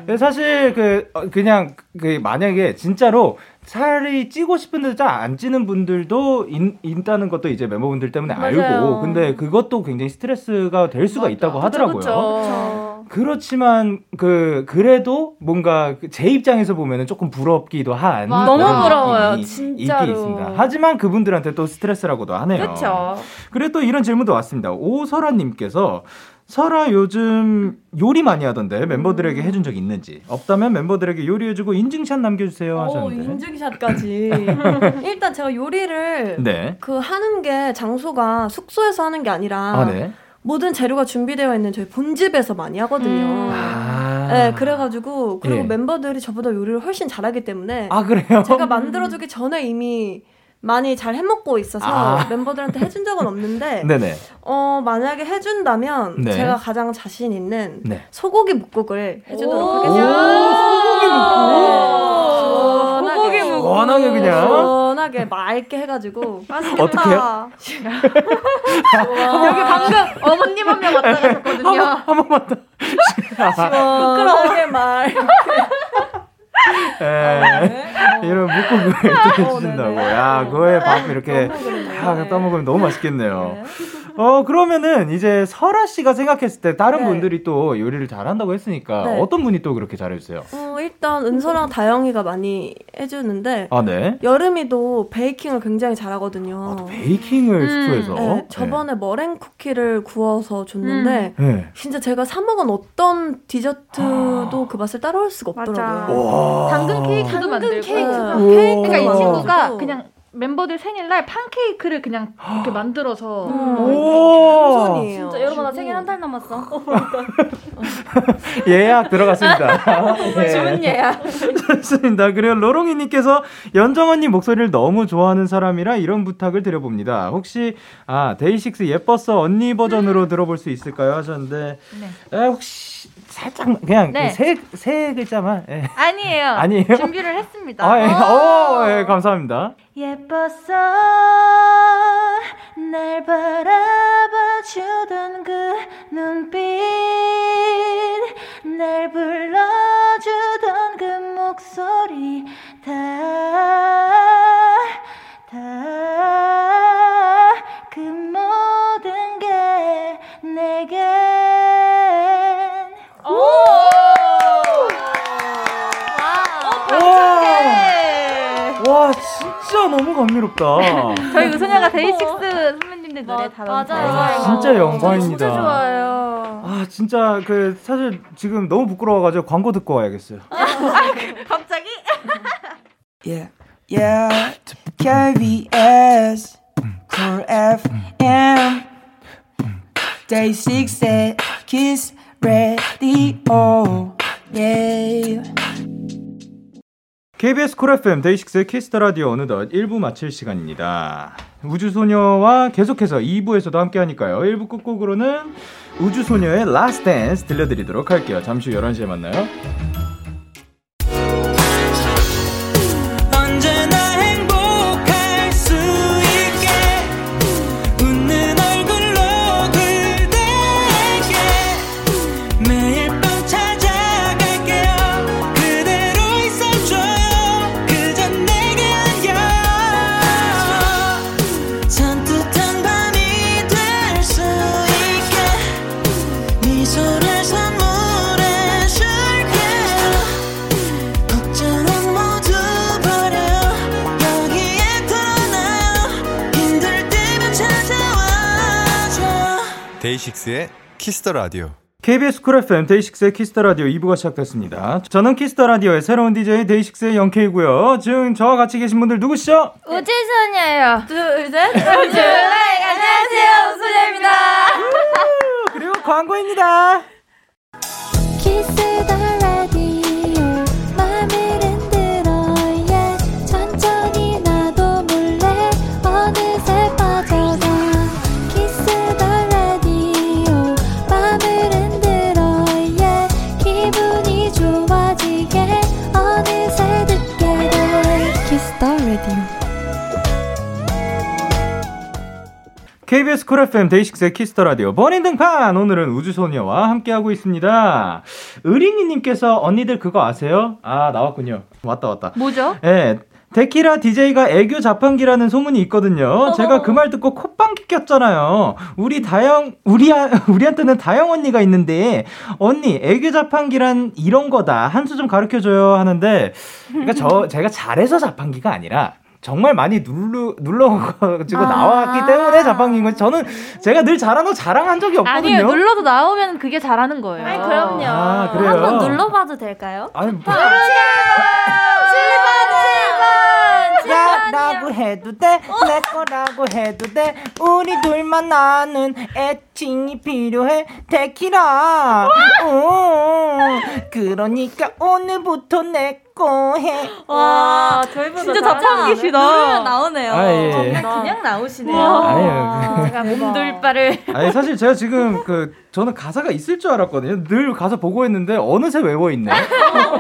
예, 사실 그 어, 그냥 그 만약에 진짜로 살이 찌고 싶은데 잘 안 찌는 분들도 인, 있다는 것도 이제 멤버분들 때문에 맞아요. 알고 근데 그것도 굉장히 스트레스가 될 수가 있다고 아, 하더라고요. 그쵸. 그렇지만 그 그래도 뭔가 그제 입장에서 보면은 조금 부럽기도 한 맞아. 그런 너무 부러워요, 느낌이 진짜로. 있긴 있습니다. 하지만 그분들한테 또 스트레스라고도 하네요. 아, 그쵸. 그래 또 이런 질문도 왔습니다. 오설아님께서 설아 요즘 요리 많이 하던데 멤버들에게 해준 적 있는지 없다면 멤버들에게 요리해주고 인증샷 남겨주세요 오, 하셨는데. 인증샷까지. 일단 제가 요리를 네. 그 하는 게 장소가 숙소에서 하는 게 아니라 아 네. 모든 재료가 준비되어 있는 저희 본집에서 많이 하거든요. 음. 네, 그래가지고 그리고 아. 예. 멤버들이 저보다 요리를 훨씬 잘하기 때문에 아, 그래요? 제가 만들어주기 전에 이미 많이 잘 해먹고 있어서 아. 멤버들한테 해준 적은 없는데 네네. 어 만약에 해준다면 네. 제가 가장 자신 있는 네. 소고기 묵국을 해주도록 오, 하겠습니다. 소고기 묵국. 네. 시원하게. 워낙에 그냥 워낙에 맑게 해가지고 어떻게 해요? 여기 방금 어머님 한 명 왔다 가셨거든요. 시원하게 말. 에, 예. 이런 묵국을 해주신다고. 야, 그거에 밥 이렇게 다 예. 아, 떠먹으면 네, 너무 네. 맛있겠네요. 어, 그러면은 이제 설아 씨가 생각했을 때 다른 네. 분들이 또 요리를 잘한다고 했으니까 네. 어떤 분이 또 그렇게 잘해주세요? 어, 일단 은서랑 다영이가 많이 해주는데 아, 네. 여름이도 베이킹을 굉장히 아, 잘하거든요. 베이킹을 음, 스토에서. 네, 저번에 머랭 쿠키를 구워서 음. 줬는데 네. 진짜 제가 사 먹은 어떤 디저트도 그 맛을 따라올 수가 없더라고요. 당근 어. 케이크도 만들고. 그러니까 이 어. 친구가 그냥 멤버들 생일날 팬케이크를 그냥 이렇게 만들어서 음. 오! 진짜 여러분 나 생일 한 달 남았어. 예약 들어갔습니다. 네. 예야. 좋습니다. 그리고 로롱이님께서 연정 언니 목소리를 너무 좋아하는 사람이라 이런 부탁을 드려봅니다. 혹시 아 데이식스 예뻤어 언니 음. 버전으로 들어볼 수 있을까요 하셨는데 에, 혹시 살짝 그냥 네. 세 세 글자만 예. 아니에요. 아니에요? 준비를 했습니다. 어. 아, 예. 오, 예, 감사합니다. 예뻤어 날 바라봐주던 그 눈빛 날 불러주던 그 목소리 다다그 모든 게 내겐 어, 와 진짜 너무 감미롭다. 저희 우선야가 어. 데이식스 선배님들 노래 다 맞아요. 어, 아, 진짜 영광입니다. 진짜 좋아요. 아 진짜 그 사실 지금 너무 부끄러워가지고 광고 듣고 와야겠어요. 갑자기? Yeah, yeah. KBS, Cool FM, Day Six의 Kiss Radio. Yeah. KBS 쿨 FM 데이식스의 키스터 라디오 어느덧 1부 마칠 시간입니다. 우주소녀와 계속해서 2부에서도 함께하니까요. 1부 끝곡으로는 우주소녀의 라스트 댄스 들려드리도록 할게요. 잠시 후 11시에 만나요. 언제나 행복할 수 있게 웃는 얼굴로 그대에게 매일 밤 찾아갈게요 그대로 있어줘요 그저 내게 안겨 산뜻한 밤이 될 수 있게 미소를 선물해 줄게요 걱정은 모두 버려 여기에 털어놔요 힘들 때면 찾아와줘 데이식스의 키스터 라디오. KBS 쿨 FM 데이식스의 키스터 라디오 2부가 시작됐습니다. 저는 키스터 라디오의 새로운 DJ 데이식스의 영케이고요. 지금 저와 같이 계신 분들 누구시죠? 우주소녀예요. 둘, 셋. 우주. 안녕하세요, 우주소녀입니다. 그리고 광고입니다. 키스더 라디오 맘을 흔들어 예 천천히 나도 몰래 어느새 빠져가 키스더 라디오 맘을 흔들어 예 기분이 좋아지게 어느새 듣게 돼 키스더 라디오 KBS 쿨 FM 데이식스의 키스터 라디오 버린 등판 오늘은 우주소녀와 함께하고 있습니다. 의린이님께서 언니들 그거 아세요? 아 나왔군요. 왔다 왔다. 뭐죠? 예. 데키라 DJ가 애교 자판기라는 소문이 있거든요. 제가 그 말 듣고 콧방귀 꼈잖아요. 우리 다영, 우리, 아- 우리한테는 다영 언니가 있는데, 언니, 애교 자판기란 이런 거다. 한 수 좀 가르쳐줘요. 하는데, 그러니까 저, 제가 잘해서 자판기가 아니라, 정말 많이 눌러, 눌러가지고 아. 나왔기 때문에 자판기인 거지. 저는 제가 늘 잘하는 거 자랑한 적이 없거든요. 아니요 눌러서 나오면 그게 잘하는 거예요. 아니 그럼요. 아, 그래요? 한번 눌러봐도 될까요? 아니, 뭐- 나라고 해도 돼, 내 거라고 해도 돼. 우리 둘만 나는 애칭이 필요해. 데키라. 오, 그러니까 오늘부터 내 꼬해. 와, 저희보다 진짜 자판기시다. 누르면 나오네요. 아, 예. 정말 그냥 나오시네요. 아니에요. 제가 몸둘바를 아니 사실 제가 지금 그 저는 가사가 있을 줄 알았거든요. 늘 가사 보고 했는데 어느새 외워 있네.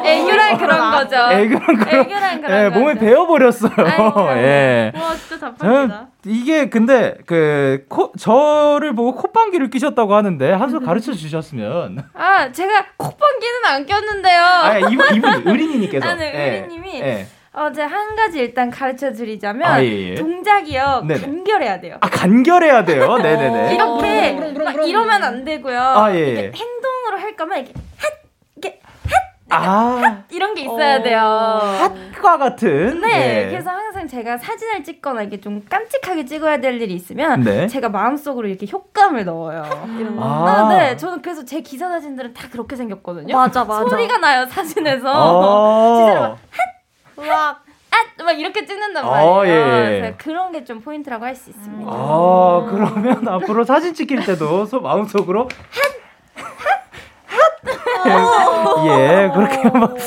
애교란 그런 거죠. 애교란 그런- 애교란 아, 그런 예, 거죠. 몸에 배어 버렸어요. 아이고. 예. 와, 저는 진짜 자판기다. 이게 근데 그 코, 저를 보고 콧방귀를 끼셨다고 하는데 음. 한수 가르쳐 주셨으면 아, 제가 콧방귀는 안 꼈는데요. 아 이분 이분 의린이님께서 아, 네, 예, 의린님이 예. 어제 한 가지 일단 가르쳐 드리자면 아, 예, 예. 동작이요 네네. 예. 간결해야 돼요. 아 간결해야 어. 돼요. 네네네. 이렇게 막 이러면 안 되고요. 아, 예, 예. 이렇게 행동으로 할 거면 이렇게 아 이런 게 있어야 돼요. 핫과 같은. 네, 예. 그래서 항상 제가 사진을 찍거나 이게 좀 깜찍하게 찍어야 될 일이 있으면 네. 제가 마음속으로 이렇게 효감을 넣어요. 이런 거. 아. 아, 네, 저는 그래서 제 기사 사진들은 다 그렇게 생겼거든요. 맞아, 맞아. 소리가 나요 사진에서. 어. 막, 앗! 막 이렇게 찍는단 어, 말이에요. 예, 예. 그래서 그런 게 좀 포인트라고 할 수 있습니다. 아 그러면 앞으로 사진 찍힐 때도 소 마음속으로 어. 예 그렇게 한번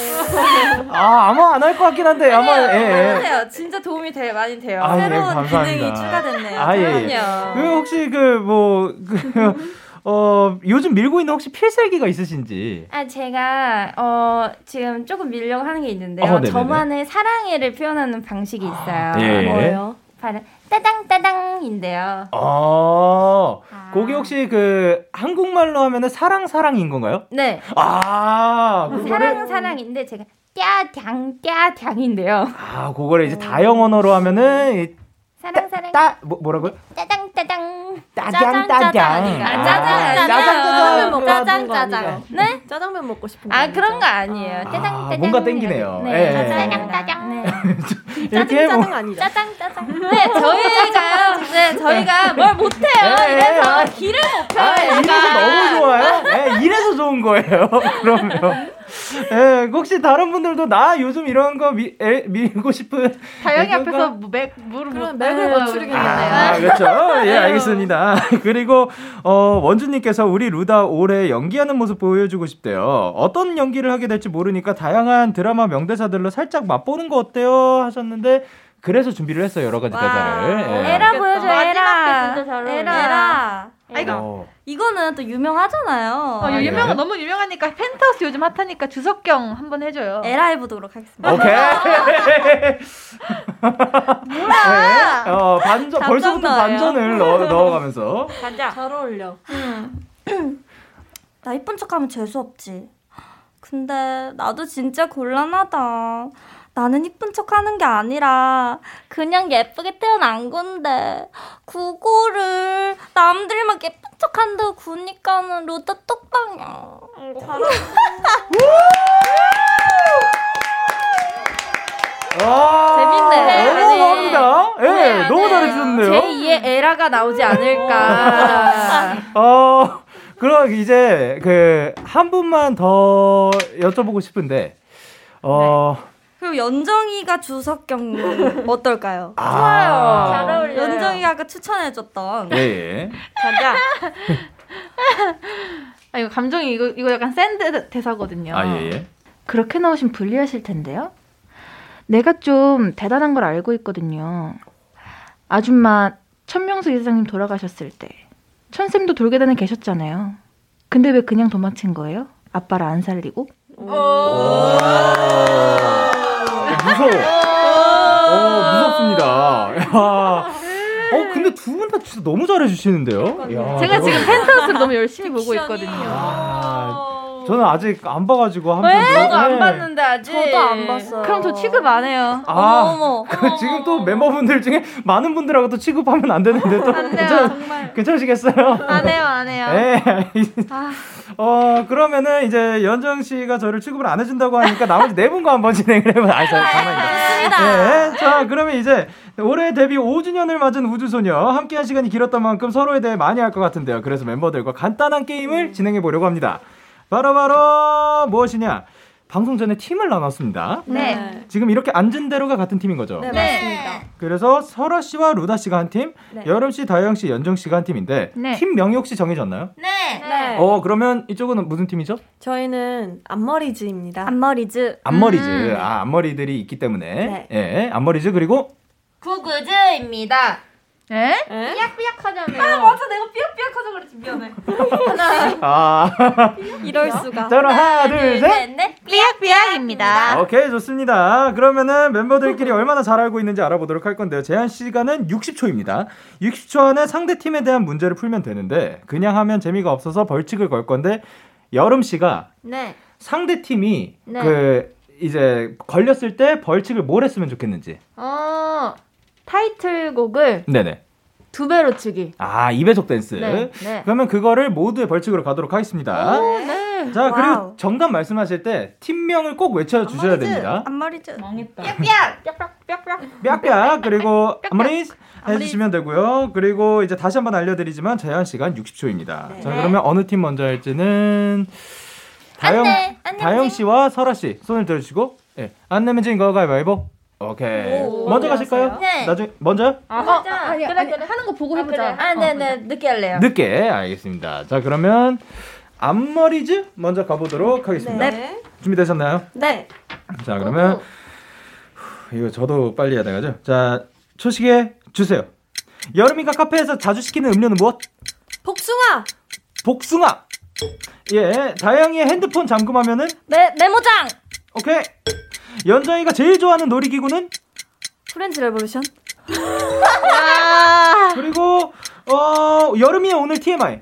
아 아마 안 할 것 같긴 한데 아마 예. 예. 해보세요. 네, 진짜 도움이 돼 많이 돼요. 아, 예, 새로운 감사합니다. 기능이 추가됐네요. 아, 예, 예. 그럼요. 그 혹시 그뭐그어 요즘 밀고 있는 혹시 필살기가 있으신지 아 제가 어 지금 조금 밀려고 하는 게 있는데요. 어, 네네네. 저만의 사랑해를 표현하는 방식이 있어요. 아, 예. 뭐예요? 바로 따당 따당인데요. 어 거기 혹시 그 한국말로 하면은 사랑 사랑인 건가요? 네. 아 그거를 사랑 사랑인데 제가 뀨당 뀨당인데요. 아 그거를 이제 다영 언어로 하면은 이 사랑 사랑 뭐, 뭐라고요? 따당 따당 따당, 짜장 따장. 짜장이가. 아, 짜장 짜장, 짜장 짜장 먹고 짜장 싶은 거 짜장 아니에요? 네? 짜장면 먹고 싶은 아 그런 거 아니에요. 따당 아, 따당 뭔가 땡기네요. 네. 예. 짜장 따장 네. 이렇게 뭐 해보 아니죠? 짜장 짜장. 네 저희가 네 저희가 뭘 못해요. 예, 예, 아. 이래서 길을 못 펴요. 아, 이래서 너무 좋아요. 예, 이래서 좋은 거예요. 그러면. 예, 혹시 다른 분들도 나 요즘 이런 거 미, 에, 밀고 싶은 다영이 의견과- 앞에서 뭐 맥 물을 못 맥을 못 추리겠는데요. 아, 그렇죠. 예, 알겠습니다. 그리고 어, 원주님께서 우리 루다 올해 연기하는 모습 보여주고 싶대요. 어떤 연기를 하게 될지 모르니까 다양한 드라마 명대사들로 살짝 맛보는 거 어때요? 하셨는데 그래서 준비를 했어요. 여러 가지 대사를. 예. 에라 보여줘 에라. 진짜 잘 어울려요. 에라. 아, 이거 어. 이거는 또 유명하잖아요. 어, 아, 유명 예. 너무 유명하니까 펜트하우스 요즘 핫하니까 주석경 한번 어. 해줘요. 에라 해보도록 하겠습니다. 어. 오케이. 뭐야? 어, 반전 답장 벌써부터 나와요. 반전을 넣어, 넣어가면서. 가자. 잘 어울려. 나 이쁜 척하면 재수 없지. 근데 나도 진짜 곤란하다. 나는 이쁜 척하는 게 아니라 그냥 예쁘게 태어난 건데 그거를 네. 남들이 막 예쁜 척한다고 구니까는 로다 똑방이야. 재밌네. 어. 너무 감사합니다. 예, 너무 잘해주셨네요. 제2의 에라가 나오지 않을까. 어, 그럼 이제 그 한 분만 더 여쭤보고 싶은데, 어, 그리고 연정이가 주석경 어떨까요? 아. 잘 어울려요. 연정이가 아까 추천해줬던 예, 예. 가자. 아 이거 감정이 이거 이거 약간 센 대- 대사거든요. 아, 예, 예. 그렇게 나오신 불리하실 텐데요. 내가 좀 대단한 걸 알고 있거든요. 아줌마 천명수 이사장님 돌아가셨을 때 천쌤도 돌계단에 계셨잖아요. 근데 왜 그냥 도망친 거예요? 아빠를 안 살리고? 무서워. 아. 어, 무섭습니다. 야. 어, 근데 두 분 다 진짜 너무 잘해주시는데요? 야, 네. 제가 대박이다. 지금 펜트하우스를 너무 열심히 보고 있거든요. 아, 저는 아직 안 봐가지고 한 왜? 분. 네. 저도 안 봤는데 아직. 저도 안 봤어요. 그럼 저 취급 안 해요. 아, 그 지금 또 멤버분들 중에 많은 분들하고 또 취급하면 안 되는데 또 안 돼요, 괜찮, 괜찮으시겠어요? 안 해요, 안 해요. 네. 어 그러면은 이제 연정 씨가 저를 취급을 안 해준다고 하니까 나머지 네 분과 한번 진행을 해봐. 아, 저 장난입니다. 네. 자 그러면 이제 올해 데뷔 5주년을 맞은 우주소녀 함께한 시간이 길었던 만큼 서로에 대해 많이 알 것 같은데요. 그래서 멤버들과 간단한 게임을 진행해 보려고 합니다. 바로 바로 무엇이냐? 방송 전에 팀을 나눴습니다. 네. 지금 이렇게 앉은 대로가 같은 팀인 거죠? 네, 맞습니다. 그래서 설아 씨와 루다 씨가 한 팀, 네. 여름 씨, 다영 씨, 연정 씨가 한 팀인데 네. 팀 명이 혹시 정해졌나요? 네. 네. 어 그러면 이쪽은 무슨 팀이죠? 저희는 앞머리즈입니다. 앞머리즈. 앞머리즈. 음. 아 앞머리들이 있기 네. 때문에 예 앞머리즈 그리고 구구즈입니다. 에? 네. 예? 삐약삐약하잖아요. 아 맞아, 내가 삐약삐약하자 그랬지 미안해. 하나, 아 이럴 수가. 저는 하나, 둘, 셋. 넷. 삐약삐약입니다. 오케이 좋습니다. 그러면은 멤버들끼리 얼마나 잘 알고 있는지 알아보도록 할 건데요. 제한 시간은 60초입니다. 60초 안에 상대 팀에 대한 문제를 풀면 되는데 그냥 하면 재미가 없어서 벌칙을 걸 건데 여름 씨가 네. 상대 팀이 네. 그 이제 걸렸을 때 벌칙을 뭘 했으면 좋겠는지. 어, 타이틀곡을 네네. 두 배로 치기. 아 2배속 댄스. 네, 네. 그러면 그거를 모두의 벌칙으로 가도록 하겠습니다. 네. 자 그리고 정답 말씀하실 때 팀명을 꼭 외쳐 주셔야 아, 됩니다. 앞머리즈. 망했다. 삐약삐약. 삐약삐약. 뿅뿅 그리고 아무리 해주시면 되고요. 그리고 이제 다시 한번 알려드리지만 제한 시간 60초입니다. 자 그러면 어느 팀 먼저 할지는 다영 돼. 안 내면 다영 씨와 설아 씨 손을 들어주시고 예. 안 내면 진 거가 가위바위보. 오케이. 오, 먼저 안녕하세요. 가실까요? 네. 나중에 먼저 아, 아니, 그래, 그래. 하는 거 보고 해보자. 아, 네네. 늦게 할래요. 늦게 알겠습니다. 자 그러면 앞머리즈 먼저 가보도록 하겠습니다. 네. 준비되셨나요? 네. 자 그러면 후, 이거 저도 빨리 해야 돼가지고 자 초식에 주세요 여름이가 카페에서 자주 시키는 음료는 무엇? 복숭아. 복숭아 예 다영이의 핸드폰 잠금하면은 메, 메모장! 오케이 연정이가 제일 좋아하는 놀이기구는 프렌즈 레볼루션. 그리고 어 여름이의 오늘 TMI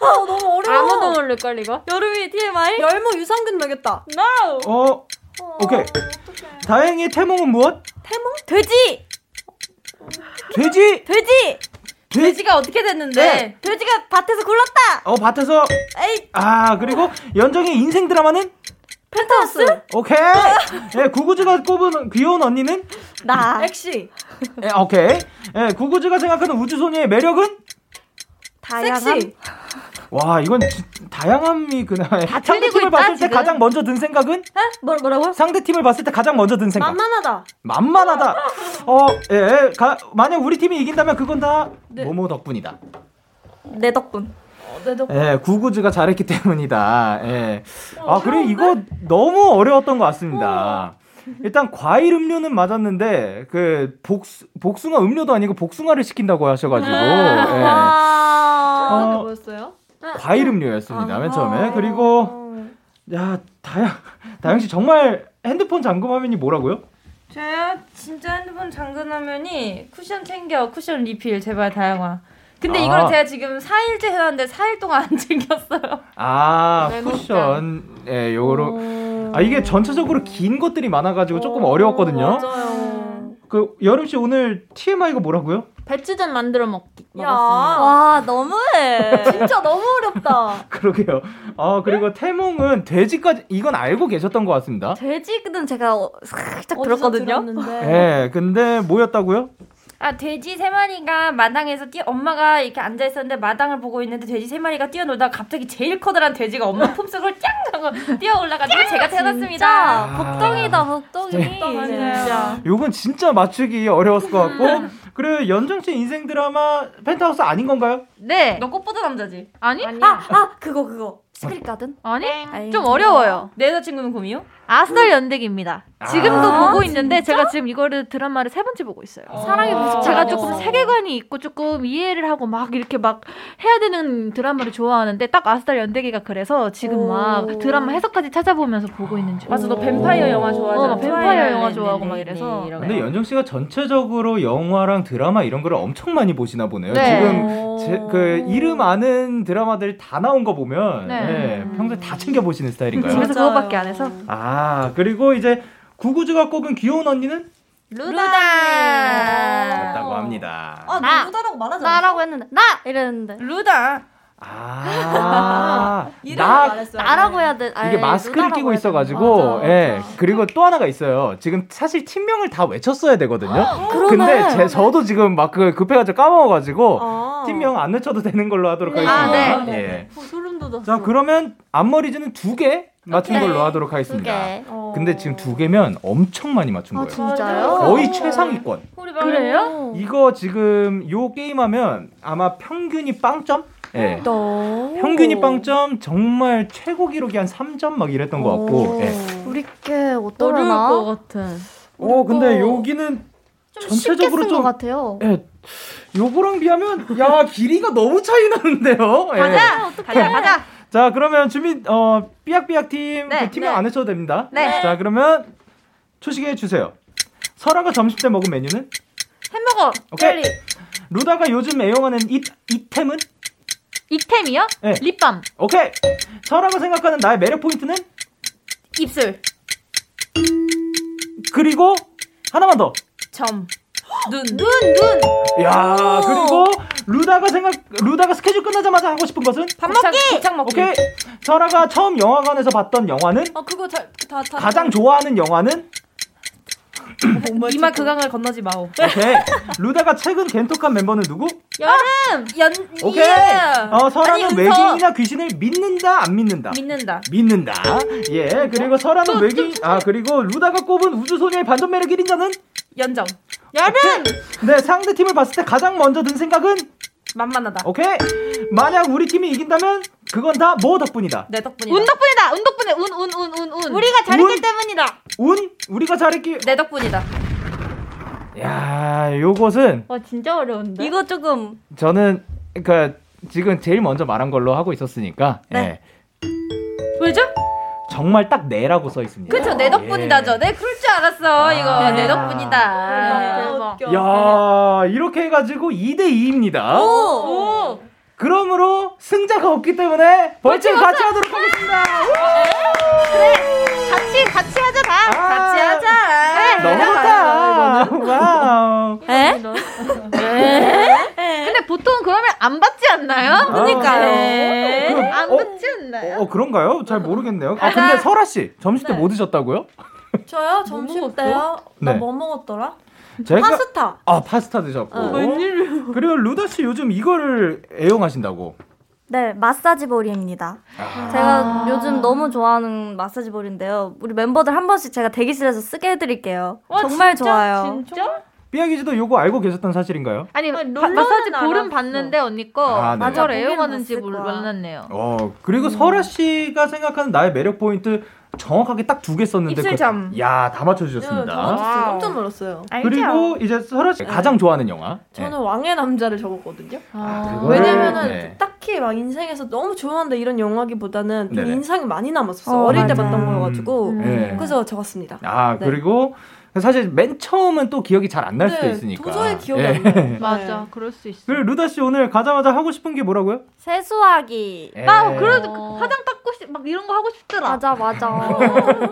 아 너무 네. 어려워. 아무도 모를 걸 이거. 여름이 TMI. 열무 유산균 먹였다. 네, No. 어 오케이 다영이의 태몽은 무엇? 뭐? 태몽? 돼지. 돼지 돼지. 돼- 어떻게 됐는데? 네. 돼지가 밭에서 굴렀다. 어 밭에서 에이. 아 그리고 연정이의 인생 드라마는 펜트하우스. 오케이 예 구구즈가 꼽은 귀여운 언니는 음. 나. 엑시. 예, 오케이. 예, 구구즈가 생각하는 우주소녀의 매력은? 다양함. 와, 이건 진- 다양함이 그냥 상대 틀리고 팀을 있다, 봤을 때 지금. 가장 먼저 든 생각은? 뭐, 뭐라고? 상대 팀을 봤을 때 가장 먼저 든 생각. 만만하다. 만만하다. 어, 예, 예, 가- 만약 우리 팀이 이긴다면 그건 다 모모 덕분이다. 네. 내 덕분. 어, 내 덕분. 예, 구구즈가 잘했기 때문이다. 예. 어, 아, 그리고 이거 너무 어려웠던 것 같습니다. 일단 과일 음료는 맞았는데 그 복수, 복숭아 음료도 아니고 복숭아를 시킨다고 하셔가지고 예. 아. 어, 뭐였어요? 과일 음료였습니다 맨 처음에 그리고 야 다영 다영 씨 정말 핸드폰 잠금화면이 뭐라고요? 저요? 진짜 핸드폰 잠근화면이 쿠션 챙겨 쿠션 리필 제발 다영아 근데 이걸 아. 제가 지금 4일째 해놨는데 4일 동안 안 챙겼어요 아 네, 쿠션 예 요거로 아 이게 전체적으로 긴 것들이 많아가지고 조금 어려웠거든요. 맞아요. 그 여름 씨 오늘 TMI가 뭐라고요? 배추전 만들어 먹기. 야. 먹었습니다. 네. 너무해. 진짜 너무 어렵다. 그러게요. 아 그리고 태몽은 돼지까지 이건 알고 계셨던 것 같습니다. 돼지는 제가 어- 살짝 어디서 들었거든요. 예 근데 뭐였다고요? 아 돼지 세 마리가 마당에서 뛰 엄마가 이렇게 앉아 있었는데 마당을 보고 있는데 돼지 세 마리가 뛰어놀다가 갑자기 제일 커다란 돼지가 엄마 품속으로 짱 하고 뛰어 올라가지고 제가 태어났습니다. 네, 진짜. 복덩이다 네. 복덩이. 진짜. 아, 요건 진짜 맞추기 어려웠을 것 같고 그리고 연정 씨 인생 드라마 펜트하우스 아닌 건가요? 네. 너 꽃보다 남자지. 아니? 아, 아 그거 그거. 스크린 가든? 아니? 네. 좀 어려워요. 내 여자친구는 곰이요? 아스달 연대기입니다. 지금도 보고 있는데 제가 지금 이거를 드라마를 세 번째 보고 있어요. 아, 사랑의 부족. 제가 조금 세계관이 있고 조금 이해를 하고 막 이렇게 막 해야 되는 드라마를 좋아하는데 딱 아스달 연대기가 그래서 지금 막 드라마 해석까지 찾아보면서 보고 있는 중. 맞아, 너 뱀파이어 영화 좋아하잖아. 어, 막 뱀파이어 영화 네, 좋아하고 네, 막 네, 이래서. 네, 이런 근데 연정 씨가 전체적으로 영화랑 드라마 이런 거를 엄청 많이 보시나 보네요. 네. 지금 음, 제, 그 이름 아는 드라마들 다 나온 거 보면 네. 네, 평소에 다 챙겨 보시는 스타일인가요? 그렇죠. 집에서 그거밖에 안 해서. 아 그리고 이제 구구즈가 꼽은 귀여운 언니는 루다! 있다고 합니다. 어. 아, 나. 루다라고 말하지 나라고 했는데, 나! 이랬는데. 루다! 아, 이름을 나 말했어요. 나라고 해야 돼. 이게 마스크를 끼고 있어가지고 예 그리고 또 하나가 있어요. 지금 사실 팀명을 다 외쳤어야 되거든요. 근데 제 저도 지금 막 그 급해가지고 까먹어가지고 팀명 네. 아, 안 외쳐도 되는 걸로 하도록 하겠습니다. 네. 예. 소름 돋았어. 자 그러면 앞머리즈는 두 개, 맞춘 오케이. 걸로 하도록 하겠습니다. 네. 두 개. 어. 근데 지금 두 개면 엄청 많이 맞춘 거예요. 진짜요? 어. 거의 최상위권. 뭐 그래요? 이거 지금 요 게임하면 아마 평균이 빵점? 예. 어. 평균이 빵점 정말 최고 기록이 한 3점 막 이랬던 것 같고. 예. 우리 게 어려울 어떨라나? 것 같아. 어 근데 여기는 전체적으로 쉽게 좀- 쓴것 같아요. 예. 요거랑 비하면 야 길이가 너무 차이 나는데요. 네. 예. 가자! 어떡해. 가자, 가자. 자 그러면 준비 어 삐약삐약 팀 네, 그 팀명 네. 안 해줘도 됩니다. 네. 자 그러면 초식해 주세요. 설아가 점심 때 먹은 메뉴는 햄버거. 오케이. 루다가 요즘 애용하는 이 이템은 이템이요? 네. 립밤. 오케이. 설아가 생각하는 나의 매력 포인트는 입술 그리고 하나만 더. 점. 눈. 눈, 눈. 야 오. 그리고 루다가 생각 루다가 스케줄 끝나자마자 하고 싶은 것은 밥 먹기. 곱창 먹기. 오케이. 설아가 처음 영화관에서 봤던 영화는 어 그거 다 다. 다 가장 좋아하는 영화는 이마 그강을 건너지 마오. 오케이. 루다가 최근 겐톡한 멤버는 누구? 여름 연 오케이. 어, 설아는 아니, 은서. 외계인이나 귀신을 믿는다 안 믿는다. 믿는다. 믿는다. 예. 그리고 설아는 외계인 아 그리고 루다가 꼽은 우주소녀의 반전 매력 1인자는 연정. 여름. 네, 상대 팀을 봤을 때 가장 먼저 든 생각은 만만하다. 오케이. 만약 우리 팀이 이긴다면 그건 다 뭐 덕분이다. 내 덕분이다. 운 덕분이다. 운 덕분에 운 운 운 운 운. 우리가 잘했기 운? 때문이다. 운 우리가 잘했기. 내 덕분이다. 야, 요것은 와 진짜 어려운데. 이거 조금 저는 그러니까 지금 제일 먼저 말한 걸로 하고 있었으니까 네. 예. 왜죠? 정말 딱 내라고 써 있습니다. 예. 그쵸 내 덕분이다죠. 네 그럴 줄 아. 알았어 이거 내 덕분이다. 야, 이렇게 해 가지고 2대 2입니다. 오. 그러므로 승자가 없기 때문에 벌칙 같이 하도록 하겠습니다. 아, 그래. 같이 같이 하자 다. 같이 하자. 아, 네, 아, 너무 좋다. 와우. 에? 근데 보통 그러면 안 받지 않나요? 그러니까요. 에? 아, 그럼, 어, 안 받지 않나요? 네. 어 그런가요? 잘 모르겠네요. 아 근데 설아 씨 점심 때 뭐 드셨다고요? 저요 점심 때요. 네. 나 뭐 먹었더라? 제가- 파스타. 아 파스타 드셨고. 어, 웬일이에요? 그리고 루다 씨 요즘 이거를 애용하신다고. 네, 마사지 볼입니다. 아. 제가 요즘 너무 좋아하는 마사지 볼인데요. 우리 멤버들 한 번씩 제가 대기실에서 쓰게 해드릴게요. 정말 좋아요. 진짜? 삐약이지도 요거 알고 계셨던 사실인가요? 아니, 바- 마사지 볼은 봤는데 언니 거 아, 네. 어, 맞아, 맞아, 뭘 애용하는지 몰- 몰랐네요. 어 그리고 설아 씨가 생각하는 나의 매력 포인트 정확하게 딱 두 개 썼는데 입술점. 야다 네, 저는 맞춰주셨습니다. 진짜 깜짝 놀랐어요. 그리고 이제 설아 씨 가장 좋아하는 영화. 네. 저는 왕의 남자를 적었거든요. 그거를- 왜냐면은 예. 네. 딱히 막 인생에서 너무 좋아하는데 이런 영화기보다는 좀 네네. 인상이 많이 남았었어. 어, 어, 어릴 때 맞아요. 봤던 거여가지고 음. 네. 그래서 적었습니다. 아 네. 그리고 사실 맨 처음은 또 기억이 잘 안 날 수도 네, 있으니까. 도저히 기억이 예. 안 나요. 맞아, 그럴 수 있어. 그리고 루다 씨 오늘 가자마자 하고 싶은 게 뭐라고요? 세수하기. 예. 아, 뭐 나 그래도 그 화장 닦고 싶, 막 이런 거 하고 싶더라. 맞아, 맞아.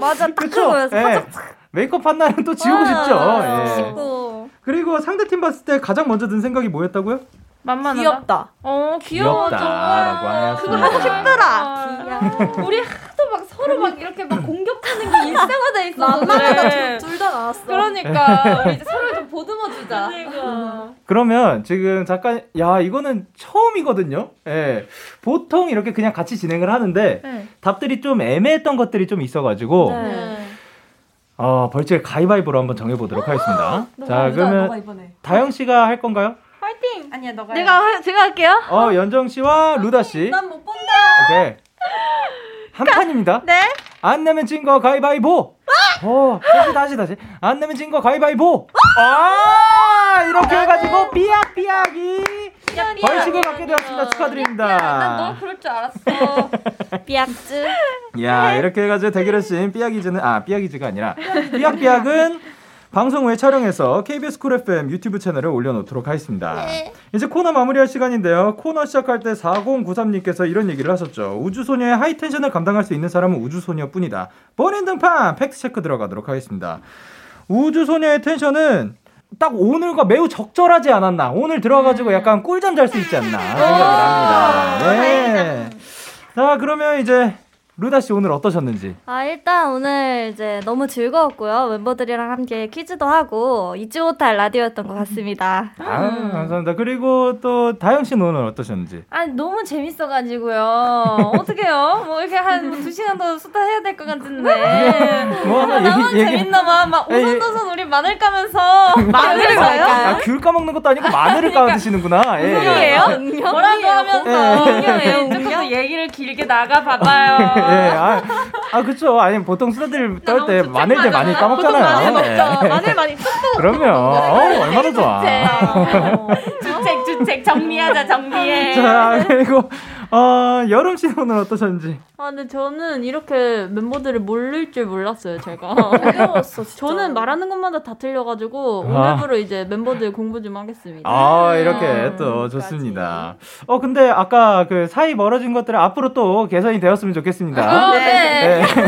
맞아, 딱 그거였어. 예. 메이크업 한 날은 또 아, 지우고 싶죠. 예. 씻고. 그리고 상대팀 봤을 때 가장 먼저 든 생각이 뭐였다고요? 만만하다. 귀엽다. 어 귀여워 정말. 귀엽다라고 하였습니다. 아, 싶더라. 우리 하도 막 서로 막 이렇게 막 공격하는 게 일상화돼 있어. 만만하다 둘다 나왔어. 네. 그러니까 우리 이제 서로 좀 보듬어 주자. 그러니까. 그러면 지금 잠깐 야 이거는 처음이거든요. 예. 보통 이렇게 그냥 같이 진행을 하는데 네. 답들이 좀 애매했던 것들이 좀 있어가지고 네. 어, 벌칙 가위바위보로 한번 정해보도록 하겠습니다. 자 그러면 네. 어, 이번에 다영 씨가 할 건가요? 파이팅. 네. 아니야 너가. 내가 할- 제가 할게요. 어 연정 씨와 루다 씨. 난못 본다. 오케이. 한 판입니다. 네. 안 내면 진 거 가위바위보. 어, 다시 다시 다시. 안 내면 진 거 가위바위보. 아, 이렇게 해가지고 삐약삐약이 야, 미안. 벌칙을 받게 되었습니다. 축하드립니다. 난너 그럴 줄 알았어. 삐약즈. 야, 이렇게 해가지고 대결했신 삐약이즈는 아 삐약이즈가 아니라 삐약삐약은 방송 후에 촬영해서 KBS 쿨 FM 유튜브 채널에 올려놓도록 하겠습니다. 이제 코너 마무리할 시간인데요. 코너 시작할 때 4093님께서 이런 얘기를 하셨죠. 우주소녀의 하이텐션을 감당할 수 있는 사람은 우주소녀뿐이다. 본인 등판 팩트체크 들어가도록 하겠습니다. 우주소녀의 텐션은 딱 오늘과 매우 적절하지 않았나. 오늘 들어가지고 약간 꿀잠 잘 수 있지 않나 생각을 합니다. 네. 자, 그러면 이제 루나 씨 오늘 어떠셨는지? 아, 일단 오늘 이제 너무 즐거웠고요. 멤버들이랑 함께 퀴즈도 하고 잊지 못할 라디오였던 것 같습니다. 아, 감사합니다. 그리고 또 다영 씨는 오늘 어떠셨는지? 아니 너무 재밌어가지고요. 어떡해요? 뭐 이렇게 한 두 시간 더 수다 해야 될 것 같은데. 뭐 하나 아, 나만 얘기- 얘기- 재밌나봐. 막 아, 예. 오선도선 우리 마늘 까면서 마늘을 까요? 아, 귤 까먹는 것도 아니고 마늘을 까 드시는구나. 예. 운명이에요? 뭐라고 하면서 예. 네. 운명이에요. 조금 더 얘기를 길게 나가봐봐요. 예, 아, 아 그쵸. 아니 보통 수다들 떨 때 마늘들 많이 까먹잖아요. 보통 마늘 먹죠. 예. 마늘 많이 네. 쏙쏙. 그럼요. 어우, 얼마나 좋아. 주책 주책 정리하자 정리해. 자 그리고 어, 여름 씨는 오늘 어떠셨는지? 아, 근데 저는 이렇게 멤버들을 모를 줄 몰랐어요, 제가. 어려웠어, 저는 말하는 것마다 다 틀려가지고, 아. 오늘부로 이제 멤버들 공부 좀 하겠습니다. 아 이렇게 또 좋습니다. 어 근데 아까 그 사이 멀어진 것들은 앞으로 또 개선이 되었으면 좋겠습니다. 어, 네. 예.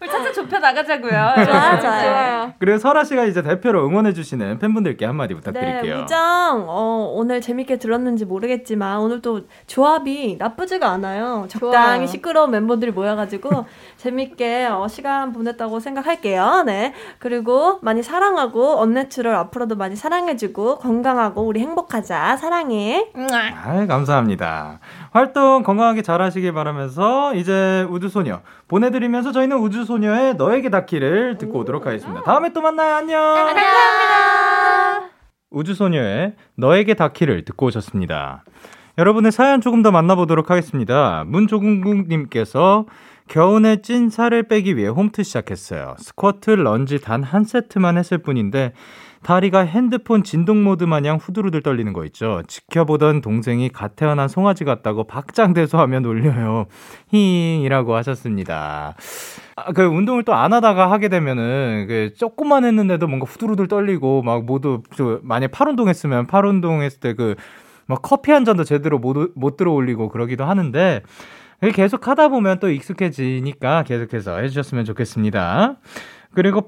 우리 차차 좁혀 나가자고요. 네. 네. 좋아요, 좋아요. 그리고 설아 씨가 이제 대표로 응원해 주시는 팬분들께 한마디 부탁드릴게요. 네, 우장 어, 오늘 재밌게 들었는지 모르겠지만 오늘 또 조합이 나쁘지가 않아요. 적당히 좋아요. 시끄러운 멤버들이 모여가지고 재밌게 어, 시간 보냈다고 생각할게요. 네 그리고 많이 사랑하고 언내추럴 앞으로도 많이 사랑해주고 건강하고 우리 행복하자 사랑해. 음, 아이, 감사합니다. 활동 건강하게 잘 하시길 바라면서 이제 우주소녀 보내드리면서 저희는 우주소녀의 너에게 닿기를 듣고 오도록 하겠습니다. 다음에 또 만나요. 안녕. 우주소녀의 너에게 닿기를 듣고 오셨습니다. 여러분의 사연 조금 더 만나보도록 하겠습니다. 문조궁국님께서 겨운에 찐 살을 빼기 위해 홈트 시작했어요. 스쿼트, 런지 단 한 세트만 했을 뿐인데 다리가 핸드폰 진동 모드 마냥 후두루들 떨리는 거 있죠. 지켜보던 동생이 갓 태어난 송아지 같다고 박장대소하며 놀려요. 힝이라고 하셨습니다. 아, 그 운동을 또 안 하다가 하게 되면은 그 조금만 했는데도 뭔가 후두루들 떨리고 막 모두 저 만약 팔 운동했으면 팔 운동했을 때 그 막 커피 한 잔도 제대로 못, 오- 못 들어 올리고 그러기도 하는데 계속 하다 보면 또 익숙해지니까 계속해서 해주셨으면 좋겠습니다. 그리고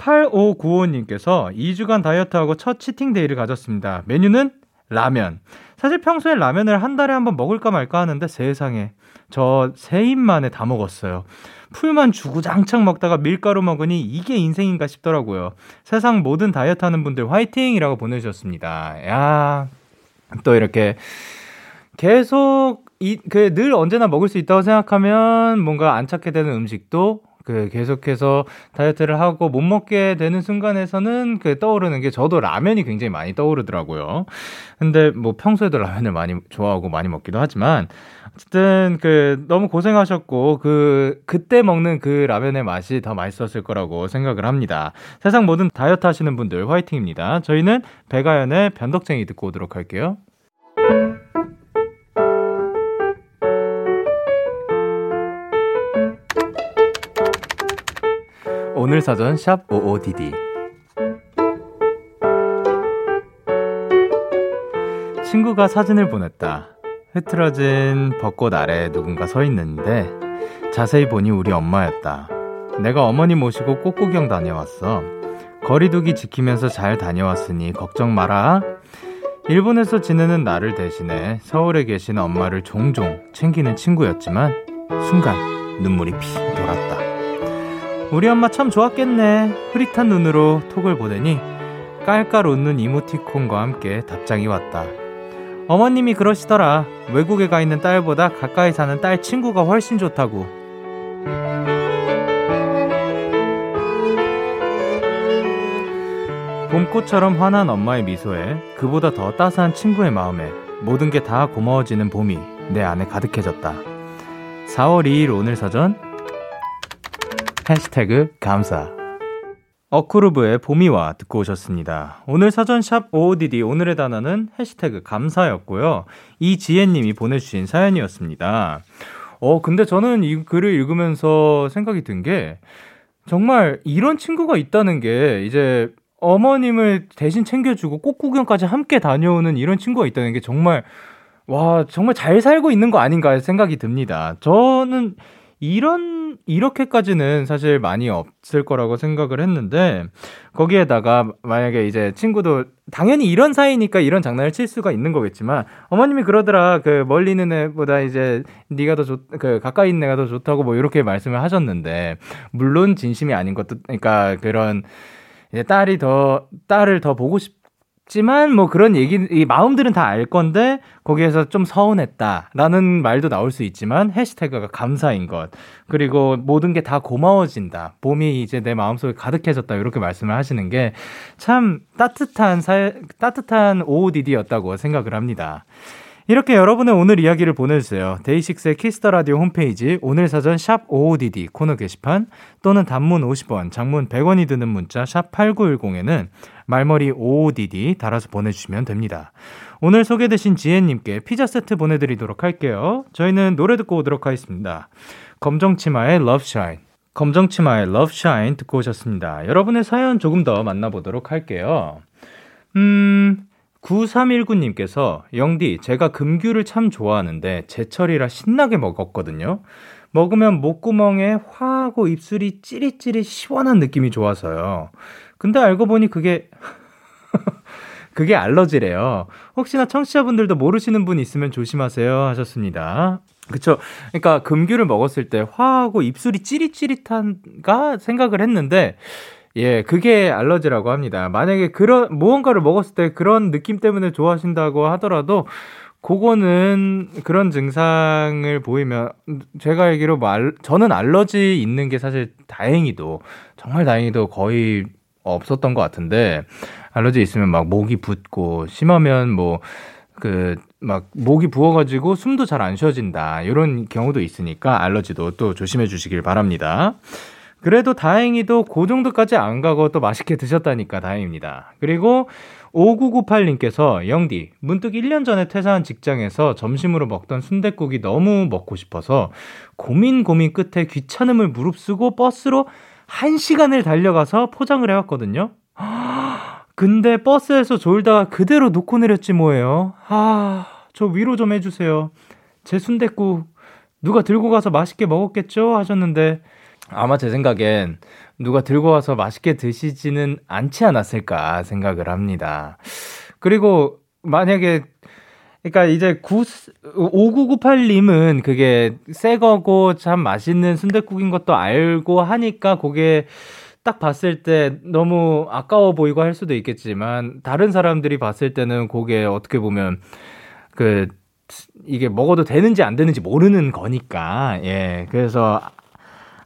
8595님께서 2주간 다이어트하고 첫 치팅데이를 가졌습니다. 메뉴는 라면. 사실 평소에 라면을 한 달에 한 번 먹을까 말까 하는데 세상에. 저 세 입만에 다 먹었어요. 풀만 주구장창 먹다가 밀가루 먹으니 이게 인생인가 싶더라고요. 세상 모든 다이어트 하는 분들 화이팅이라고 보내주셨습니다. 야, 또 이렇게 계속 이 그 늘 언제나 먹을 수 있다고 생각하면 뭔가 안 찾게 되는 음식도 그 계속해서 다이어트를 하고 못 먹게 되는 순간에서는 그 떠오르는 게 저도 라면이 굉장히 많이 떠오르더라고요. 근데 뭐 평소에도 라면을 많이 좋아하고 많이 먹기도 하지만 어쨌든 그 너무 고생하셨고 그 그때 먹는 그 라면의 맛이 더 맛있었을 거라고 생각을 합니다. 세상 모든 다이어트 하시는 분들 화이팅입니다. 저희는 배가연의 변덕쟁이 듣고 오도록 할게요. 오늘 사전 샵 OODD 친구가 사진을 보냈다. 흐트러진 벚꽃 아래 누군가 서 있는데 자세히 보니 우리 엄마였다. 내가 어머니 모시고 꽃구경 다녀왔어. 거리두기 지키면서 잘 다녀왔으니 걱정 마라. 일본에서 지내는 나를 대신해 서울에 계신 엄마를 종종 챙기는 친구였지만 순간 눈물이 피 돌았다. 우리 엄마 참 좋았겠네. 흐릿한 눈으로 톡을 보내니 깔깔 웃는 이모티콘과 함께 답장이 왔다. 어머님이 그러시더라. 외국에 가 있는 딸보다 가까이 사는 딸 친구가 훨씬 좋다고. 봄꽃처럼 환한 엄마의 미소에 그보다 더 따스한 친구의 마음에 모든 게 다 고마워지는 봄이 내 안에 가득해졌다. 4월 2일 오늘 사전 해시태그 감사 어쿠르브의 봄이와 듣고 오셨습니다. 오늘 사전샵 OODD 오늘의 단어는 해시태그 감사였고요. 이지혜님이 보내주신 사연이었습니다. 어, 근데 저는 이 글을 읽으면서 생각이 든 게 정말 이런 친구가 있다는 게 이제 어머님을 대신 챙겨주고 꽃 구경까지 함께 다녀오는 이런 친구가 있다는 게 정말 와, 정말 잘 살고 있는 거 아닌가 생각이 듭니다. 저는 이런 저는 이렇게까지는 사실 많이 없을 거라고 생각을 했는데 거기에다가 만약에 이제 친구도 당연히 이런 사이니까 이런 장난을 칠 수가 있는 거겠지만 어머님이 그러더라 그 멀리 있는 애보다 이제 네가 더좋그 가까이 있는 애가 더 좋다고 뭐 이렇게 말씀을 하셨는데 물론 진심이 아닌 것도 그러니까 그런 이제 딸이 더 딸을 더 보고 싶 지만 뭐 그런 얘기 이 마음들은 다 알 건데 거기에서 좀 서운했다라는 말도 나올 수 있지만 해시태그가 감사인 것 그리고 모든 게 다 고마워진다 봄이 이제 내 마음속에 가득해졌다 이렇게 말씀을 하시는 게 참 따뜻한 사 따뜻한 OODD였다고 생각을 합니다. 이렇게 여러분의 오늘 이야기를 보내주세요. 데이식스의 키스터 라디오 홈페이지 오늘 사전 샵 55DD 코너 게시판 또는 단문 50원, 장문 100원이 드는 문자 샵 8910에는 말머리 55DD 달아서 보내주시면 됩니다. 오늘 소개되신 지혜님께 피자 세트 보내드리도록 할게요. 저희는 노래 듣고 오도록 하겠습니다. 검정치마의 Love Shine. 검정치마의 Love Shine 듣고 오셨습니다. 여러분의 사연 조금 더 만나보도록 할게요. 음, 9319님께서 영디 제가 금귤을 참 좋아하는데 제철이라 신나게 먹었거든요. 먹으면 목구멍에 화하고 입술이 찌릿찌릿 시원한 느낌이 좋아서요. 근데 알고 보니 그게 그게 알러지래요. 혹시나 청취자분들도 모르시는 분 있으면 조심하세요 하셨습니다. 그쵸. 그러니까 금귤을 먹었을 때 화하고 입술이 찌릿찌릿한가 생각을 했는데 예, 그게 알러지라고 합니다. 만약에 그런 무언가를 먹었을 때 그런 느낌 때문에 좋아하신다고 하더라도 그거는 그런 증상을 보이면 제가 알기로 뭐 알, 저는 알러지 있는 게 사실 다행히도 정말 다행히도 거의 없었던 것 같은데 알러지 있으면 막 목이 붓고 심하면 뭐 그 막 목이 부어가지고 숨도 잘 안 쉬어진다 이런 경우도 있으니까 알러지도 또 조심해 주시길 바랍니다. 그래도 다행히도 그 정도까지 안 가고 또 맛있게 드셨다니까 다행입니다. 그리고 5998님께서 영디 문득 1년 전에 퇴사한 직장에서 점심으로 먹던 순댓국이 너무 먹고 싶어서 고민 고민 끝에 귀찮음을 무릅쓰고 버스로 1시간을 달려가서 포장을 해왔거든요. 근데 버스에서 졸다가 그대로 놓고 내렸지 뭐예요. 아, 저 위로 좀 해주세요. 제 순댓국 누가 들고 가서 맛있게 먹었겠죠? 하셨는데 아마 제 생각엔 누가 들고 와서 맛있게 드시지는 않지 않았을까 생각을 합니다. 그리고 만약에 그러니까 이제 9 5998님은 그게 새 거고 참 맛있는 순댓국인 것도 알고 하니까 그게 딱 봤을 때 너무 아까워 보이고 할 수도 있겠지만 다른 사람들이 봤을 때는 그게 어떻게 보면 그 이게 먹어도 되는지 안 되는지 모르는 거니까 예 그래서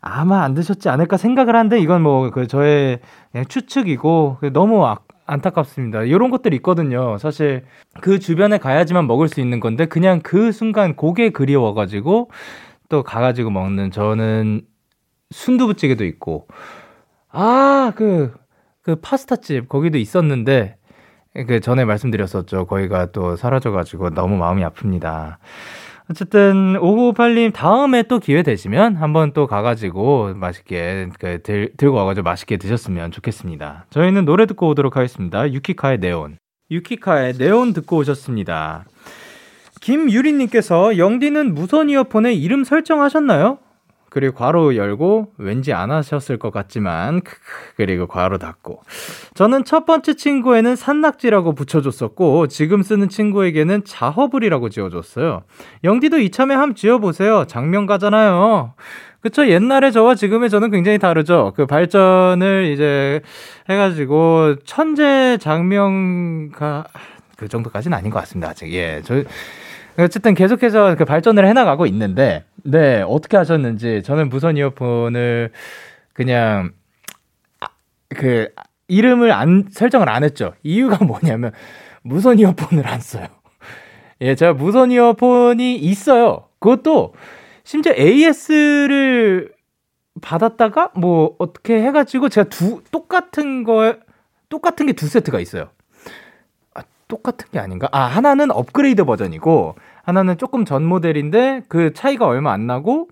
아마 안 드셨지 않을까 생각을 하는데 이건 뭐 그 저의 그냥 추측이고 그 너무 아- 안타깝습니다. 이런 것들이 있거든요. 사실 그 주변에 가야지만 먹을 수 있는 건데 그냥 그 순간 고개 그리워가지고 또 가가지고 먹는 저는 순두부찌개도 있고 아, 그, 그 파스타집, 거기도 있었는데, 그 전에 말씀드렸었죠. 거기가 또 사라져가지고 너무 마음이 아픕니다. 어쨌든, 5958님, 다음에 또 기회 되시면 한번 또 가가지고 맛있게, 그, 들, 들고 와가지고 맛있게 드셨으면 좋겠습니다. 저희는 노래 듣고 오도록 하겠습니다. 유키카의 네온. 유키카의 네온 듣고 오셨습니다. 김유리님께서 영디는 무선 이어폰에 이름 설정하셨나요? 그리고 괄호 열고 왠지 안 하셨을 것 같지만 크크, 그리고 괄호 닫고 저는 첫 번째 친구에는 산낙지라고 붙여줬었고 지금 쓰는 친구에게는 자허불이라고 지어줬어요 영디도 이참에 함 지어보세요 장면 가잖아요 그쵸 옛날에 저와 지금의 저는 굉장히 다르죠 그 발전을 이제 해가지고 천재 장면가 그 정도까지는 아닌 것 같습니다 아직 예저 어쨌든 계속해서 그 발전을 해나가고 있는데, 네, 어떻게 하셨는지, 저는 무선 이어폰을 그냥, 아, 그, 이름을 안, 설정을 안 했죠. 이유가 뭐냐면, 무선 이어폰을 안 써요. 예, 제가 무선 이어폰이 있어요. 그것도, 심지어 AS를 받았다가, 뭐, 어떻게 해가지고, 제가 두, 똑같은 걸, 똑같은 게 두 세트가 있어요. 아, 똑같은 게 아닌가? 아, 하나는 업그레이드 버전이고, 하나는 조금 전 모델인데, 그 차이가 얼마 안 나고,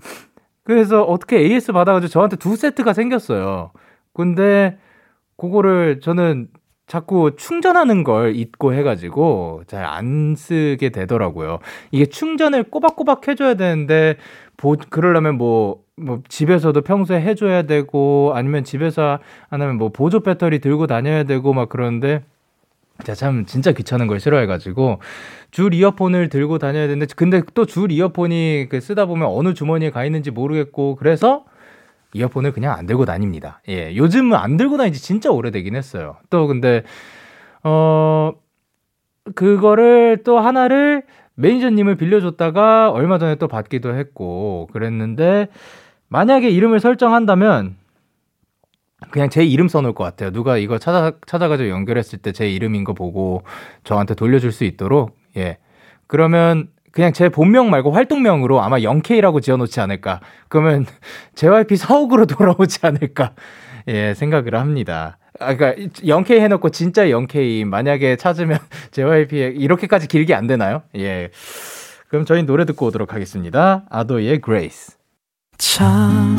그래서 어떻게 AS 받아가지고 저한테 두 세트가 생겼어요. 근데, 그거를 저는 자꾸 충전하는 걸 잊고 해가지고 잘 안 쓰게 되더라고요. 이게 충전을 꼬박꼬박 해줘야 되는데, 보 그러려면 뭐, 뭐 집에서도 평소에 해줘야 되고 아니면 집에서 안 하면 뭐 보조 배터리 들고 다녀야 되고 막 그러는데 제가 참 진짜 귀찮은 걸 싫어해가지고 줄 이어폰을 들고 다녀야 되는데 근데 또 줄 이어폰이 그 쓰다 보면 어느 주머니에 가 있는지 모르겠고 그래서 이어폰을 그냥 안 들고 다닙니다. 예, 요즘은 안 들고 다니지 진짜 오래되긴 했어요. 또 근데 어 그거를 또 하나를 매니저님을 빌려줬다가 얼마 전에 또 받기도 했고 그랬는데 만약에 이름을 설정한다면 그냥 제 이름 써놓을 것 같아요. 누가 이거 찾아 찾아가지고 연결했을 때 제 이름인 거 보고 저한테 돌려줄 수 있도록 예 그러면 그냥 제 본명 말고 활동명으로 아마 0K라고 지어놓지 않을까. 그러면 JYP 사옥으로 돌아오지 않을까. 예, 생각을 합니다. 아, 그니까, 0K 해놓고 진짜 0K, 만약에 찾으면 JYP, 이렇게까지 길게 안 되나요? 예. 그럼 저희 노래 듣고 오도록 하겠습니다. 아도의 Grace. 참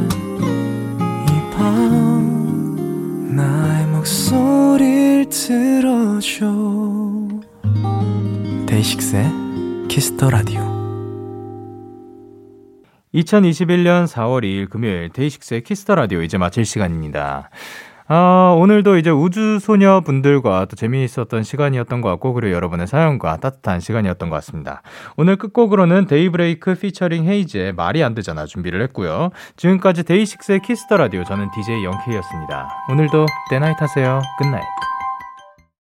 이 밤 나의 목소리를 들어줘 데이식스의 키스터 라디오 2021년 4월 2일 금요일 데이식스의 키스터 라디오 이제 마칠 시간입니다. 아, 오늘도 이제 우주 소녀 분들과 또 재미있었던 시간이었던 것 같고 그리고 여러분의 사연과 따뜻한 시간이었던 것 같습니다. 오늘 끝곡으로는 데이브레이크 피처링 헤이즈의 말이 안 되잖아 준비를 했고요. 지금까지 데이식스의 키스터 라디오 저는 DJ 영케이였습니다. 오늘도 때나잇 하세요. 굿나잇.